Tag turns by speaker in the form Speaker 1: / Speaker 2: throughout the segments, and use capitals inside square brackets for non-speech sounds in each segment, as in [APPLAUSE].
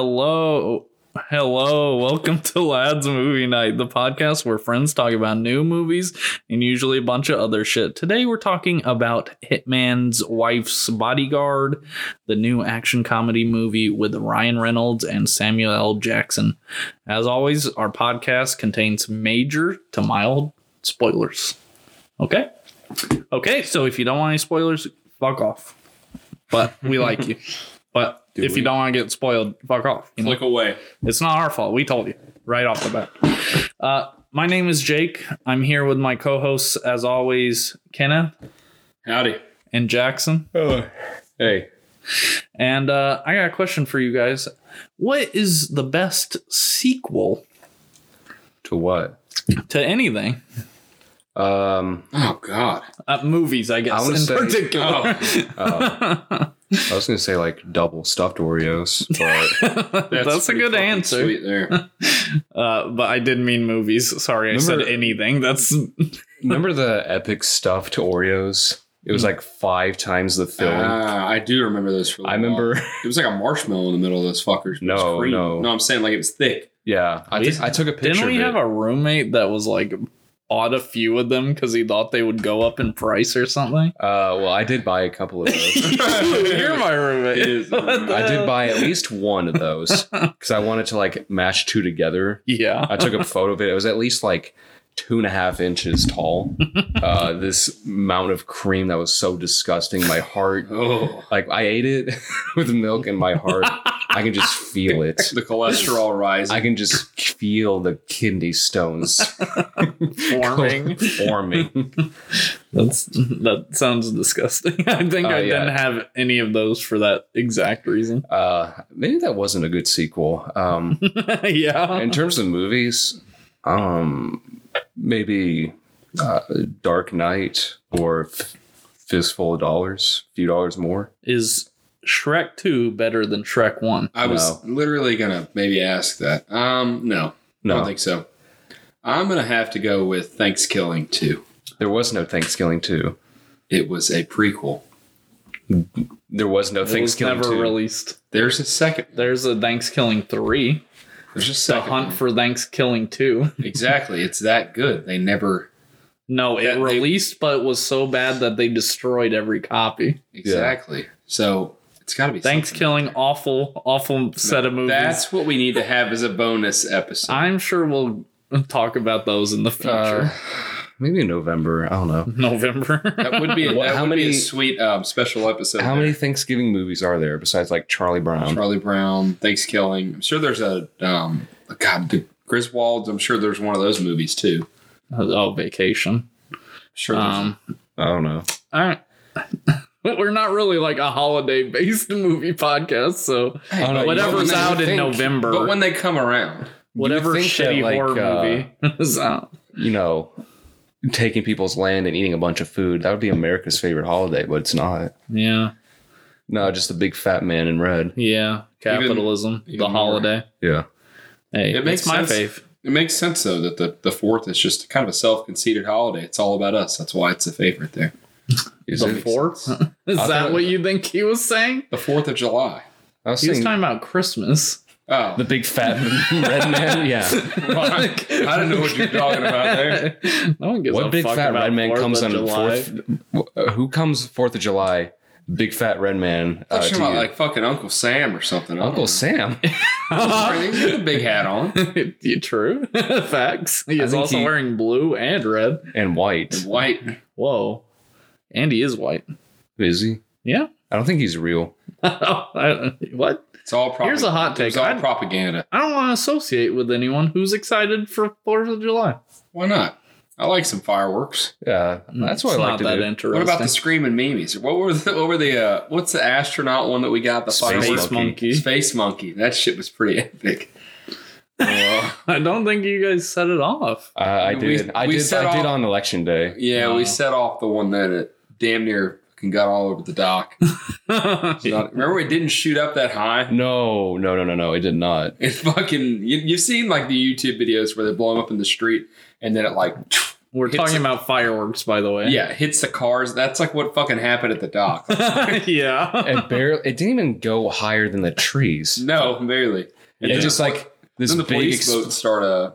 Speaker 1: Hello. Hello. Welcome to Lads Movie Night, the podcast where friends talk about new movies and usually a bunch of other shit. Today we're talking about Hitman's Wife's Bodyguard, the new action comedy movie with Ryan Reynolds and Samuel L. Jackson. As always, our podcast contains major to mild spoilers. Okay? Okay, so if you don't want any spoilers, fuck off. But we like
Speaker 2: [LAUGHS]
Speaker 1: you. But
Speaker 2: Do
Speaker 1: if
Speaker 2: we?
Speaker 1: you don't want to get spoiled, fuck off. You know?
Speaker 2: Click away.
Speaker 1: It's not our fault. We told you right off the bat. Uh, my name is Jake. I'm here with my co-hosts, as always, Kenneth
Speaker 2: Howdy.
Speaker 1: and Jackson.
Speaker 2: Hello. Hey.
Speaker 1: And uh, I got a question for you guys. What is the best sequel
Speaker 2: To what?
Speaker 1: to anything?
Speaker 3: Um,
Speaker 2: Oh God.
Speaker 1: Uh, movies, I guess,
Speaker 3: wanna
Speaker 1: in
Speaker 3: say-
Speaker 1: [LAUGHS]
Speaker 3: oh,
Speaker 1: particular.
Speaker 3: I was gonna say like double stuffed Oreos, but
Speaker 1: That's, a
Speaker 2: pretty
Speaker 1: good
Speaker 2: fucking
Speaker 1: answer. [LAUGHS]
Speaker 2: Sweet there.
Speaker 1: Uh, but I didn't mean movies. Sorry, I said
Speaker 3: Remember-
Speaker 1: anything. That's
Speaker 3: remember the epic stuffed Oreos? It was like five times the filling.
Speaker 2: Ah, I do remember this. For a
Speaker 3: I
Speaker 2: little while.
Speaker 3: remember.
Speaker 2: it was like a marshmallow in the middle of those fuckers. but it was
Speaker 3: No,
Speaker 2: cream.
Speaker 3: no.
Speaker 2: no. I'm saying like it was thick.
Speaker 3: [LAUGHS] Yeah, I,
Speaker 1: We-
Speaker 3: t- I took a picture.
Speaker 1: Didn't we
Speaker 3: of it.
Speaker 1: have a roommate that was like bought a few of them because he thought they would go up in price or something?
Speaker 3: Uh, well, I did buy a couple of those.
Speaker 1: You're my roommate.
Speaker 2: It is.
Speaker 1: What the
Speaker 3: I did
Speaker 1: hell? [LAUGHS]
Speaker 3: buy at least one of those because I wanted to like match two together.
Speaker 1: Yeah.
Speaker 3: I took
Speaker 1: [LAUGHS]
Speaker 3: a photo of it. It was at least like two and a half inches tall.
Speaker 1: [LAUGHS]
Speaker 3: Uh, this amount of cream that was so disgusting. My heart
Speaker 2: Oh,
Speaker 3: Like I ate it [LAUGHS] with milk in my heart. I can just feel it.
Speaker 2: [LAUGHS] the cholesterol rises.
Speaker 3: I can just feel the
Speaker 1: [LAUGHS]
Speaker 3: kidney stones
Speaker 1: Forming.
Speaker 3: forming.
Speaker 1: That's that sounds disgusting. [LAUGHS] I think
Speaker 3: Oh,
Speaker 1: I
Speaker 3: yeah.
Speaker 1: didn't have any of those for that exact reason. [LAUGHS]
Speaker 3: Uh, maybe that wasn't a good sequel. Um,
Speaker 1: yeah.
Speaker 3: in terms of movies, um, maybe uh, Dark Knight or F- Fistful of Dollars, few dollars more.
Speaker 1: Is Shrek 2 better than Shrek 1?
Speaker 2: I was literally gonna maybe ask that. Um, no, I
Speaker 3: No,
Speaker 2: don't think so. I'm gonna have to go with Thanksgiving too.
Speaker 3: there was no Thanksgiving two.
Speaker 2: It was a prequel.
Speaker 3: There was no
Speaker 1: It was
Speaker 3: Thanksgiving
Speaker 1: never
Speaker 3: two.
Speaker 1: released.
Speaker 2: There's a second.
Speaker 1: There's a Thanksgiving 3.
Speaker 2: There's a
Speaker 1: The
Speaker 2: second.
Speaker 1: Hunt for Thanksgiving 2.
Speaker 2: Exactly. It's that good. They never
Speaker 1: [LAUGHS] No, it
Speaker 2: That- they-
Speaker 1: released, but was so bad that they destroyed every copy.
Speaker 2: exactly. So it's got to be
Speaker 1: Thanks
Speaker 2: something.
Speaker 1: killing awful, awful set of movies.
Speaker 2: That's what we need to have as a bonus
Speaker 1: [LAUGHS]
Speaker 2: episode.
Speaker 1: I'm sure we'll talk about those in the future. [LAUGHS]
Speaker 3: Uh, maybe in November. I don't know.
Speaker 1: November.
Speaker 2: that would be a,
Speaker 3: What-
Speaker 2: that
Speaker 3: how
Speaker 2: would be a
Speaker 3: many-
Speaker 2: sweet um, special episode.
Speaker 3: How many
Speaker 2: there.
Speaker 3: Thanksgiving movies are there besides like Charlie Brown?
Speaker 2: Charlie Brown, Thanksgiving. I'm sure there's a um, God the Griswolds. I'm sure there's one of those movies too.
Speaker 1: oh, vacation.
Speaker 2: I'm sure. there's-
Speaker 1: Um,
Speaker 3: I don't know.
Speaker 1: all [LAUGHS] right. We're not really like a holiday-based [LAUGHS] movie podcast, so
Speaker 2: Hey,
Speaker 3: I don't know,
Speaker 2: but
Speaker 1: whatever's
Speaker 2: when they-
Speaker 1: out in
Speaker 3: think-
Speaker 1: November,
Speaker 2: But when they come around,
Speaker 1: whatever
Speaker 3: think that,
Speaker 1: shitty
Speaker 3: like,
Speaker 1: horror
Speaker 3: uh,
Speaker 1: movie [LAUGHS] is out,
Speaker 3: You know, taking people's land and eating a bunch of food, that would be America's favorite holiday, but it's not.
Speaker 1: yeah,
Speaker 3: No, just a big fat man in red.
Speaker 1: yeah, capitalism,
Speaker 2: even
Speaker 1: the
Speaker 2: more.
Speaker 1: holiday.
Speaker 3: Yeah.
Speaker 1: Hey,
Speaker 2: It
Speaker 1: it's
Speaker 2: makes
Speaker 1: my
Speaker 2: sense.
Speaker 1: faith.
Speaker 2: it makes sense though that the the fourth is just kind of a self conceited holiday. It's all about us. That's why it's a favorite there.
Speaker 3: Is
Speaker 1: The
Speaker 3: it?
Speaker 1: fourth? [LAUGHS] Is
Speaker 3: I
Speaker 1: that
Speaker 3: thought-
Speaker 1: what you think he was saying?
Speaker 2: The Fourth of July.
Speaker 3: I was
Speaker 1: He was
Speaker 3: saying
Speaker 1: talking about
Speaker 2: [LAUGHS]
Speaker 1: Christmas.
Speaker 2: Oh,
Speaker 3: the big fat [LAUGHS]
Speaker 1: [LAUGHS]
Speaker 3: red man. Yeah.
Speaker 2: I don't know what you're talking about there.
Speaker 1: No one gives a
Speaker 3: What big
Speaker 1: fuck
Speaker 3: fat
Speaker 1: about
Speaker 3: red man
Speaker 1: Fourth
Speaker 3: comes
Speaker 1: of
Speaker 3: on
Speaker 1: July.
Speaker 3: fourth? wh- Who comes Fourth of July? Big fat red man.
Speaker 2: I
Speaker 3: Uh,
Speaker 2: was
Speaker 3: to
Speaker 2: talking about
Speaker 3: you?
Speaker 2: like fucking Uncle Sam or
Speaker 1: uh,
Speaker 2: something. I don't [LAUGHS]
Speaker 3: Uncle Sam.
Speaker 2: know. He's got the big hat on.
Speaker 1: [LAUGHS] You True. Facts. He
Speaker 3: I
Speaker 1: is
Speaker 3: think
Speaker 1: also
Speaker 3: he-
Speaker 1: wearing blue and red.
Speaker 3: and white.
Speaker 1: [LAUGHS]
Speaker 2: And White.
Speaker 1: Whoa. And he is white. [LAUGHS]
Speaker 3: Is he?
Speaker 1: Yeah.
Speaker 3: I don't think he's real.
Speaker 1: I- what?
Speaker 2: It's all propaganda.
Speaker 1: Here's a hot take.
Speaker 2: It's all
Speaker 1: I'd-
Speaker 2: propaganda.
Speaker 1: I don't want to associate with anyone who's excited for Fourth of July.
Speaker 2: Why not? I like some fireworks.
Speaker 3: Yeah. Uh, That's what
Speaker 1: Hmm, It's
Speaker 3: I
Speaker 1: not
Speaker 3: like to
Speaker 1: that
Speaker 3: do.
Speaker 1: interesting.
Speaker 2: What about the screaming memes? What were the, what were the uh, what's the astronaut one that we got? The
Speaker 3: Space
Speaker 2: fireworks?
Speaker 1: space
Speaker 3: monkey?
Speaker 1: monkey?
Speaker 2: Space monkey. That shit was pretty epic. Uh,
Speaker 1: [LAUGHS] I don't think you guys set it off. [LAUGHS]
Speaker 3: Uh, I
Speaker 2: We-
Speaker 3: did. I
Speaker 2: we
Speaker 3: did.
Speaker 2: set
Speaker 3: I did
Speaker 2: off-
Speaker 3: on election day.
Speaker 2: yeah,
Speaker 1: Wow.
Speaker 2: we set off the one that it damn near fucking got all over the dock. It's not- remember, it didn't shoot up that high. [LAUGHS]
Speaker 3: No, no, no, no, no. It did not.
Speaker 2: It fucking you, you've seen like the YouTube videos where they blow them up in the street and then it like
Speaker 1: We're
Speaker 2: Hits
Speaker 1: talking
Speaker 2: it.
Speaker 1: about fireworks, by the way.
Speaker 2: Yeah, hits the cars. That's like what fucking happened at the [LAUGHS] dock.
Speaker 1: [LAUGHS] yeah.
Speaker 3: [LAUGHS]
Speaker 2: [LAUGHS]
Speaker 3: It barely. It didn't even go higher than the trees.
Speaker 2: no, barely. And
Speaker 1: Yeah.
Speaker 3: It's
Speaker 2: then
Speaker 3: just like this
Speaker 2: then the
Speaker 3: big.
Speaker 2: police
Speaker 3: Ex-
Speaker 2: boat start uh,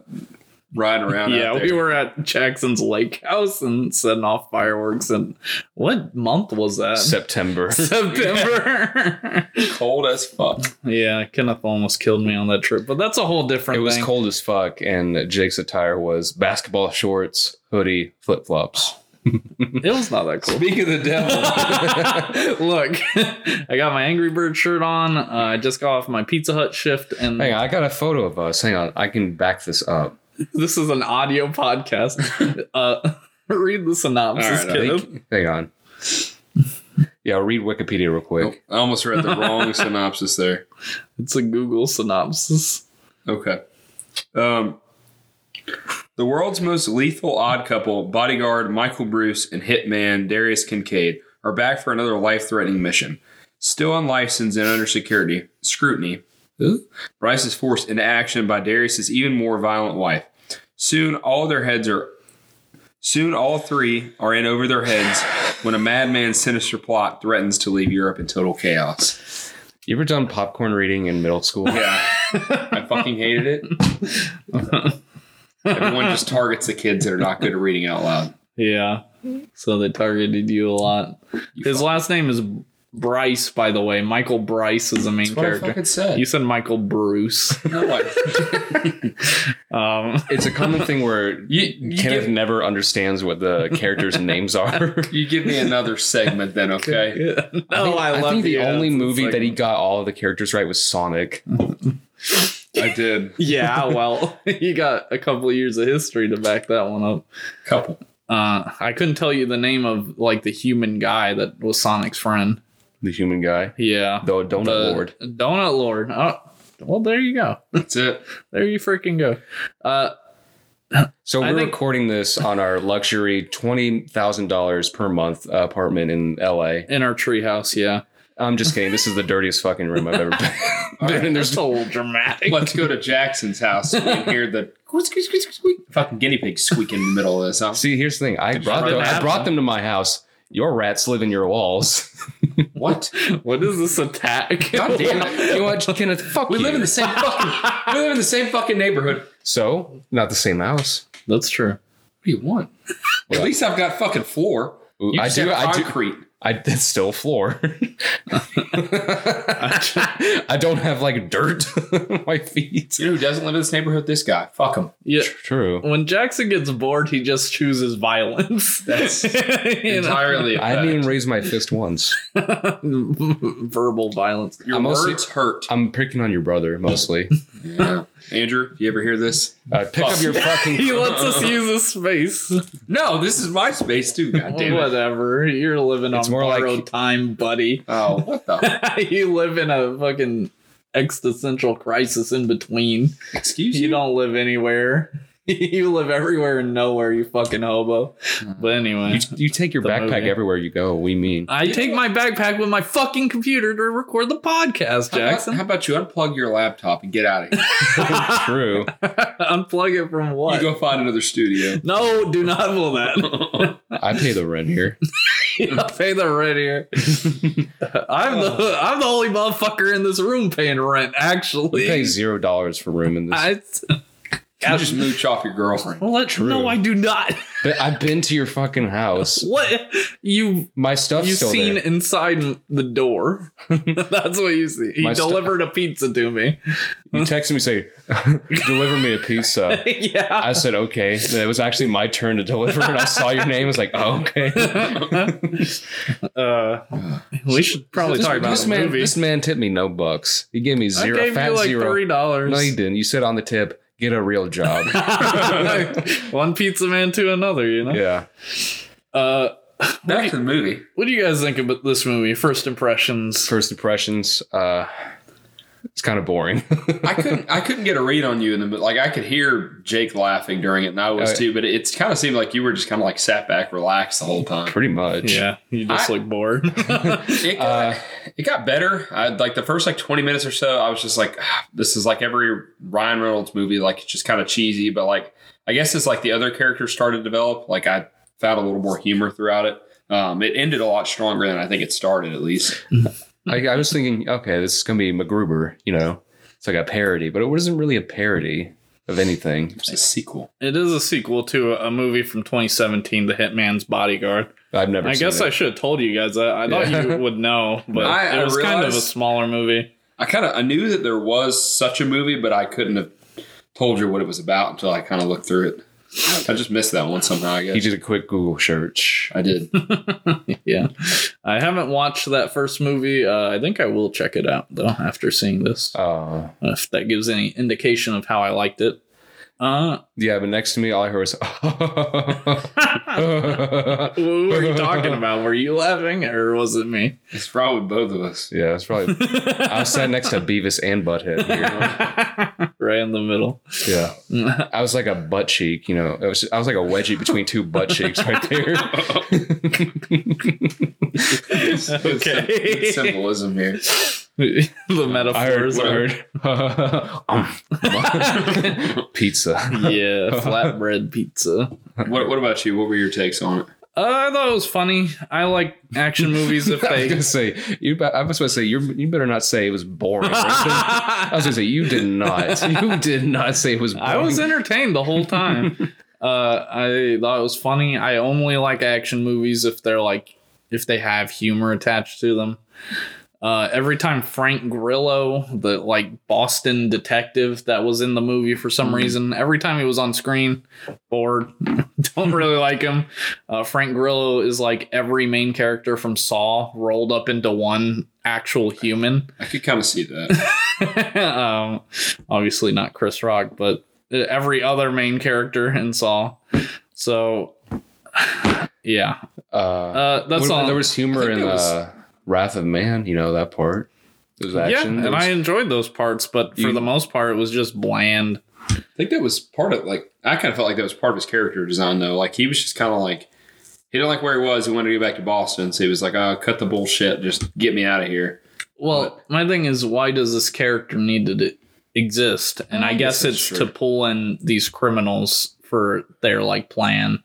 Speaker 2: riding [LAUGHS] around.
Speaker 1: Yeah,
Speaker 2: out there.
Speaker 1: we were at Jackson's lake house and setting off fireworks. And what month was that?
Speaker 2: [LAUGHS]
Speaker 3: September.
Speaker 1: [LAUGHS] September.
Speaker 2: cold as fuck.
Speaker 1: [LAUGHS] yeah, Kenneth almost killed me on that trip, but that's a whole different.
Speaker 3: It was
Speaker 1: thing.
Speaker 3: cold as fuck, and Jake's attire was basketball shorts, hoodie,
Speaker 2: [LAUGHS]
Speaker 3: flip flops.
Speaker 1: It was not that cold.
Speaker 2: Speak of the
Speaker 1: [LAUGHS] Look, I got my Angry Bird shirt on. Uh, I just got off my Pizza Hut shift, and
Speaker 3: [LAUGHS] Hang on, I got a photo of us. Hang on, I can back this up.
Speaker 1: [LAUGHS] this is an audio [LAUGHS] podcast. uh, read the synopsis,
Speaker 2: All right, I
Speaker 1: kiddo.
Speaker 2: [LAUGHS]
Speaker 3: Hang on. Yeah, I'll read Wikipedia real quick.
Speaker 2: Oh, I almost read the [LAUGHS] wrong synopsis there.
Speaker 1: It's a Google synopsis.
Speaker 2: Okay. Um, the world's most lethal odd couple, bodyguard Michael Bruce and hitman Darius Kincaid, are back for another life threatening mission. Still on license and under security scrutiny, Bryce is forced into action by Darius's even more violent wife. Soon, all their heads are. Soon, all three are in over their heads when a madman's sinister plot threatens to leave Europe in total chaos.
Speaker 3: You ever done popcorn reading in middle school? [LAUGHS]
Speaker 2: Yeah. I fucking hated it. Everyone just targets the kids that are not good at reading out loud.
Speaker 1: Yeah, so they targeted you a lot. His last name is Bryce, by the way. Michael Bryce is the main
Speaker 2: That's what I
Speaker 1: character.
Speaker 2: fucking said.
Speaker 1: You said Michael Bruce.
Speaker 3: [LAUGHS]
Speaker 2: no, I,
Speaker 1: Um,
Speaker 3: It's a common thing where
Speaker 2: [LAUGHS] you, you,
Speaker 3: Kenneth
Speaker 2: give,
Speaker 3: never understands what the
Speaker 2: [LAUGHS]
Speaker 3: characters' names are.
Speaker 2: [LAUGHS] you give me another segment then, okay?
Speaker 1: [LAUGHS] no, Oh, I, love
Speaker 3: think the
Speaker 1: you.
Speaker 3: only
Speaker 1: It's
Speaker 3: movie
Speaker 1: like-
Speaker 3: that he got all of the characters right was Sonic.
Speaker 2: I did.
Speaker 3: [LAUGHS]
Speaker 1: Yeah, well, [LAUGHS] you got a couple of years of history to back that one up.
Speaker 2: Couple.
Speaker 1: Uh, I couldn't tell you the name of like the human guy that was Sonic's friend.
Speaker 3: The human guy.
Speaker 1: Yeah,
Speaker 3: The Donut
Speaker 1: The-
Speaker 3: Lord.
Speaker 1: Donut Lord. Oh, well, there you go.
Speaker 2: That's it.
Speaker 1: There you freaking go. Uh,
Speaker 3: So
Speaker 1: I
Speaker 3: we're
Speaker 1: think-
Speaker 3: recording this on our luxury $20,000 per month apartment in LA.
Speaker 1: in our treehouse, yeah.
Speaker 3: I'm just kidding. This is the dirtiest fucking room I've ever been, been in. [LAUGHS]
Speaker 1: There's
Speaker 3: There's
Speaker 1: a little dramatic.
Speaker 2: Let's go to Jackson's house so we can hear the squeak, squeak, squeak, squeak, squeak. fucking guinea pig squeak in the middle of this. Huh?
Speaker 3: See, here's the thing. I brought
Speaker 1: try
Speaker 3: them,
Speaker 1: that.
Speaker 3: I brought them to my house. Your rats live in your walls.
Speaker 2: What?
Speaker 1: What is this [LAUGHS] attack?
Speaker 2: God damn it.
Speaker 3: you know what, Kenneth? Fuck
Speaker 2: We
Speaker 3: you.
Speaker 2: live in the same fucking. We live in the same fucking neighborhood. What
Speaker 3: so not the same house.
Speaker 1: That's true.
Speaker 2: do you want? At
Speaker 3: Well,
Speaker 2: least I've got fucking floor.
Speaker 3: Ooh,
Speaker 2: You
Speaker 3: I
Speaker 2: just
Speaker 3: do.
Speaker 2: have
Speaker 3: I do.
Speaker 2: concrete.
Speaker 3: I that's still floor. [LAUGHS] I don't have like dirt [LAUGHS] on my feet.
Speaker 2: You know who doesn't live in this neighborhood? This guy. Fuck him.
Speaker 1: [LAUGHS] Yeah.
Speaker 3: True.
Speaker 1: When Jackson gets bored, he just chooses violence. [LAUGHS]
Speaker 2: That's
Speaker 1: You know?
Speaker 2: Entirely. [LAUGHS]
Speaker 3: I didn't even raise my fist once.
Speaker 1: verbal violence.
Speaker 2: Your
Speaker 3: I'm also-
Speaker 2: words hurt.
Speaker 3: I'm picking on your brother mostly.
Speaker 2: Yeah. Andrew, if you ever hear this?
Speaker 3: Uh, pick up your
Speaker 1: [LAUGHS]
Speaker 3: fucking. [LAUGHS]
Speaker 1: He lets [LAUGHS] us use his space.
Speaker 2: No, this is my space [LAUGHS] too. God damn it.
Speaker 1: Whatever. You're living
Speaker 3: It's
Speaker 1: on
Speaker 3: more like-
Speaker 1: borrowed time, buddy. [LAUGHS]
Speaker 2: Oh, what [LAUGHS] the?
Speaker 1: you live in a fucking existential crisis in between.
Speaker 2: Excuse
Speaker 1: You
Speaker 2: you?
Speaker 1: don't live anywhere. [LAUGHS] you live everywhere and nowhere, you fucking hobo. But anyway.
Speaker 3: You, you take your
Speaker 1: The
Speaker 3: backpack
Speaker 1: movie.
Speaker 3: everywhere you go. We mean.
Speaker 1: I take my backpack with my fucking computer to record the podcast,
Speaker 2: How about-
Speaker 1: Jackson.
Speaker 2: How about, you unplug your laptop and get out of here?
Speaker 1: [LAUGHS]
Speaker 3: True.
Speaker 1: Unplug it from what?
Speaker 2: You go find another studio.
Speaker 1: no, do not pull that. [LAUGHS]
Speaker 3: I pay the rent here.
Speaker 1: Yeah, pay the rent [LAUGHS] here. I'm the I'm the only motherfucker in this room paying rent.
Speaker 3: We
Speaker 1: Actually, [LAUGHS]
Speaker 3: pay zero dollars for room in this. [LAUGHS]
Speaker 1: I, [LAUGHS]
Speaker 2: You just mooch off your girlfriend.
Speaker 1: well, let no, I do not. [LAUGHS]
Speaker 3: but I've been to your fucking house.
Speaker 1: What you
Speaker 3: My stuff's
Speaker 1: you
Speaker 3: still
Speaker 1: seen
Speaker 3: there.
Speaker 1: inside the door? [LAUGHS] That's what you see. You
Speaker 3: My stu-
Speaker 1: delivered a pizza to me. [LAUGHS]
Speaker 3: You texted me say, [LAUGHS] "Deliver me a pizza."
Speaker 1: yeah.
Speaker 3: I said, "Okay." And it was actually my turn to deliver, and I saw your name. I was like,
Speaker 1: [LAUGHS]
Speaker 3: "Oh, okay."
Speaker 1: uh,
Speaker 3: [SIGHS]
Speaker 1: we should probably
Speaker 3: this,
Speaker 1: talk about
Speaker 3: this
Speaker 1: the
Speaker 3: man.
Speaker 1: movie.
Speaker 3: This man tipped me no bucks. He gave me zero,
Speaker 1: I gave
Speaker 3: fat
Speaker 1: you like
Speaker 3: zero.
Speaker 1: three dollars. [LAUGHS]
Speaker 3: No, you didn't. You said on the tip, "Get a real job."
Speaker 1: One pizza man to another, you know.
Speaker 3: yeah.
Speaker 1: Uh,
Speaker 2: Back to the movie.
Speaker 1: What do you guys think about this movie? First impressions.
Speaker 3: First impressions. Uh, It's kind of boring. [LAUGHS]
Speaker 2: I couldn't I couldn't get a read on you in the mid- like I could hear Jake laughing during it and I was
Speaker 3: Oh, yeah.
Speaker 2: too, but it, it's kind of seemed like you were just kind of like sat back, relaxed the whole time.
Speaker 3: Pretty much.
Speaker 1: Yeah, you just
Speaker 2: I-
Speaker 1: look bored. [LAUGHS]
Speaker 2: It got, it got better. I like the first like 20 minutes or so, I was just like "Ah, this is like every Ryan Reynolds movie like it's just kind of cheesy, but like I guess it's like the other characters started to develop, like I found a little more humor throughout it. Um, it ended a lot stronger than I think it started at least.
Speaker 3: I, I was thinking, okay, this is gonna be MacGruber, you know, it's like a parody, but it wasn't really a parody of anything.
Speaker 2: It's a sequel.
Speaker 1: it is a sequel to a movie from 2017, The Hitman's Bodyguard.
Speaker 3: I've never.
Speaker 1: I
Speaker 3: seen
Speaker 1: guess
Speaker 3: it.
Speaker 1: I should have told you guys that. I thought
Speaker 3: Yeah. [LAUGHS]
Speaker 1: you would know, but
Speaker 2: I- I
Speaker 1: it was kind of a
Speaker 2: realized-
Speaker 1: smaller movie.
Speaker 2: I kind of I knew that there was such a movie, but I couldn't have told you what it was about until I kind of looked through it. I just missed that one somehow. I guess
Speaker 3: He did a quick Google search.
Speaker 2: I did.
Speaker 1: Yeah, I haven't watched that first movie. Uh, I think I will check it out though after seeing this,
Speaker 3: Uh,
Speaker 1: if that gives any indication of how I liked it. Uh,
Speaker 3: yeah, but next to me, all I heard was. [LAUGHS]
Speaker 1: what were you
Speaker 3: [LAUGHS]
Speaker 1: talking about? Were you laughing or was it me?
Speaker 2: It's probably both of us. [LAUGHS]
Speaker 3: yeah, that's probably. I was sat next to Beavis and Butthead. you
Speaker 1: [LAUGHS]
Speaker 3: know?
Speaker 1: right in the middle. [LAUGHS]
Speaker 3: Yeah, I was like a butt cheek. You know, I was, I was like a wedgie between two butt cheeks right
Speaker 1: [LAUGHS]
Speaker 3: there.
Speaker 1: Okay.
Speaker 2: It's symbolism here.
Speaker 1: the
Speaker 3: I heard,
Speaker 1: metaphors
Speaker 3: I
Speaker 1: are
Speaker 3: [LAUGHS]
Speaker 1: Um,
Speaker 3: heard
Speaker 1: [LAUGHS]
Speaker 3: pizza.
Speaker 1: yeah, flatbread pizza.
Speaker 2: What, what about you? What were your takes on it?
Speaker 1: Uh, I thought it was funny. I like action movies if
Speaker 3: [LAUGHS] I was
Speaker 1: they.
Speaker 3: gonna say you. be- I was supposed to say you. You better not say it was boring.
Speaker 1: [LAUGHS]
Speaker 3: I was gonna say you did not. You did not say it was. boring.
Speaker 1: I was entertained the whole
Speaker 3: [LAUGHS]
Speaker 1: time. uh, I thought it was funny. I only like action movies if they're like if they have humor attached to them. Uh, every time Frank Grillo, the like Boston detective that was in the movie for
Speaker 3: Mm-hmm.
Speaker 1: some reason, every time he was on screen, bored. [LAUGHS] Don't really like him. Uh, Frank Grillo is like every main character from Saw rolled up into one actual human
Speaker 2: I could kind of
Speaker 1: [LAUGHS]
Speaker 2: see that.
Speaker 1: um, obviously not Chris Rock, but every other main character in Saw. So, [SIGHS] yeah,
Speaker 3: Uh,
Speaker 1: uh, that's
Speaker 3: what-
Speaker 1: all.
Speaker 3: There was
Speaker 2: I
Speaker 3: humor
Speaker 2: think
Speaker 3: in
Speaker 2: it was-
Speaker 3: uh, Wrath of Man. You know that part. It was
Speaker 1: yeah,
Speaker 3: action.
Speaker 1: and
Speaker 3: There was-
Speaker 1: I enjoyed those parts, but for
Speaker 3: You-
Speaker 1: the most part, it was just bland.
Speaker 2: I think that was part of like I kind of felt like that was part of his character design though. Like he was just kind of like he didn't like where he was. He wanted to go back to Boston, so he was like, "Oh, cut the bullshit. Just get me out of here."
Speaker 1: Well, my thing is, why does this character need to d- exist? And I,
Speaker 2: I guess
Speaker 1: guess,
Speaker 2: that's
Speaker 1: it's
Speaker 2: true.
Speaker 1: to pull in these criminals for their like plan.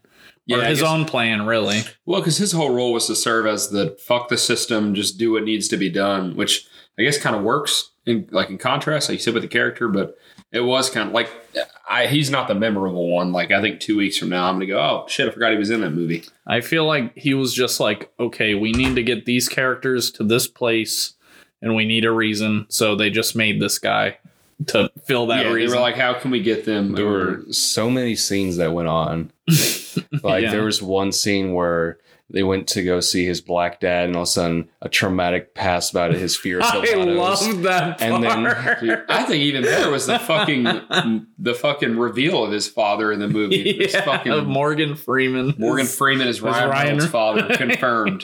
Speaker 2: Yeah,
Speaker 1: or
Speaker 2: I
Speaker 1: his
Speaker 2: guess-
Speaker 1: own plan, really.
Speaker 2: Well, because his whole role was to serve as the fuck the system, just do what needs to be done, which I guess kind of works in like in contrast, like you said with the character, but it was kind of like I he's not the memorable one. Like I think two weeks from now, I'm gonna go, oh shit, I forgot he was in that movie.
Speaker 1: I feel like he was just like, okay, we need to get these characters to this place and we need a reason. So they just made this guy to fill that
Speaker 2: yeah, they
Speaker 1: reason.
Speaker 2: were like, how can we get them?
Speaker 3: there
Speaker 2: over-
Speaker 3: were so many scenes that
Speaker 1: [LAUGHS]
Speaker 3: went on. like
Speaker 1: Yeah.
Speaker 3: there was one scene where they went to go see his black dad, and all of a sudden a traumatic passed by to his fear
Speaker 1: [LAUGHS]
Speaker 3: of
Speaker 1: I
Speaker 3: Silvanos.
Speaker 1: love that part.
Speaker 3: And then-
Speaker 2: Dude, I think even better was the fucking the fucking reveal of his father in the movie.
Speaker 1: [LAUGHS]
Speaker 2: It's
Speaker 1: yeah,
Speaker 2: fucking
Speaker 1: Morgan Freeman.
Speaker 2: Morgan
Speaker 1: His
Speaker 2: Freeman is Ryan,
Speaker 1: Ryan-
Speaker 2: Reynolds' father confirmed.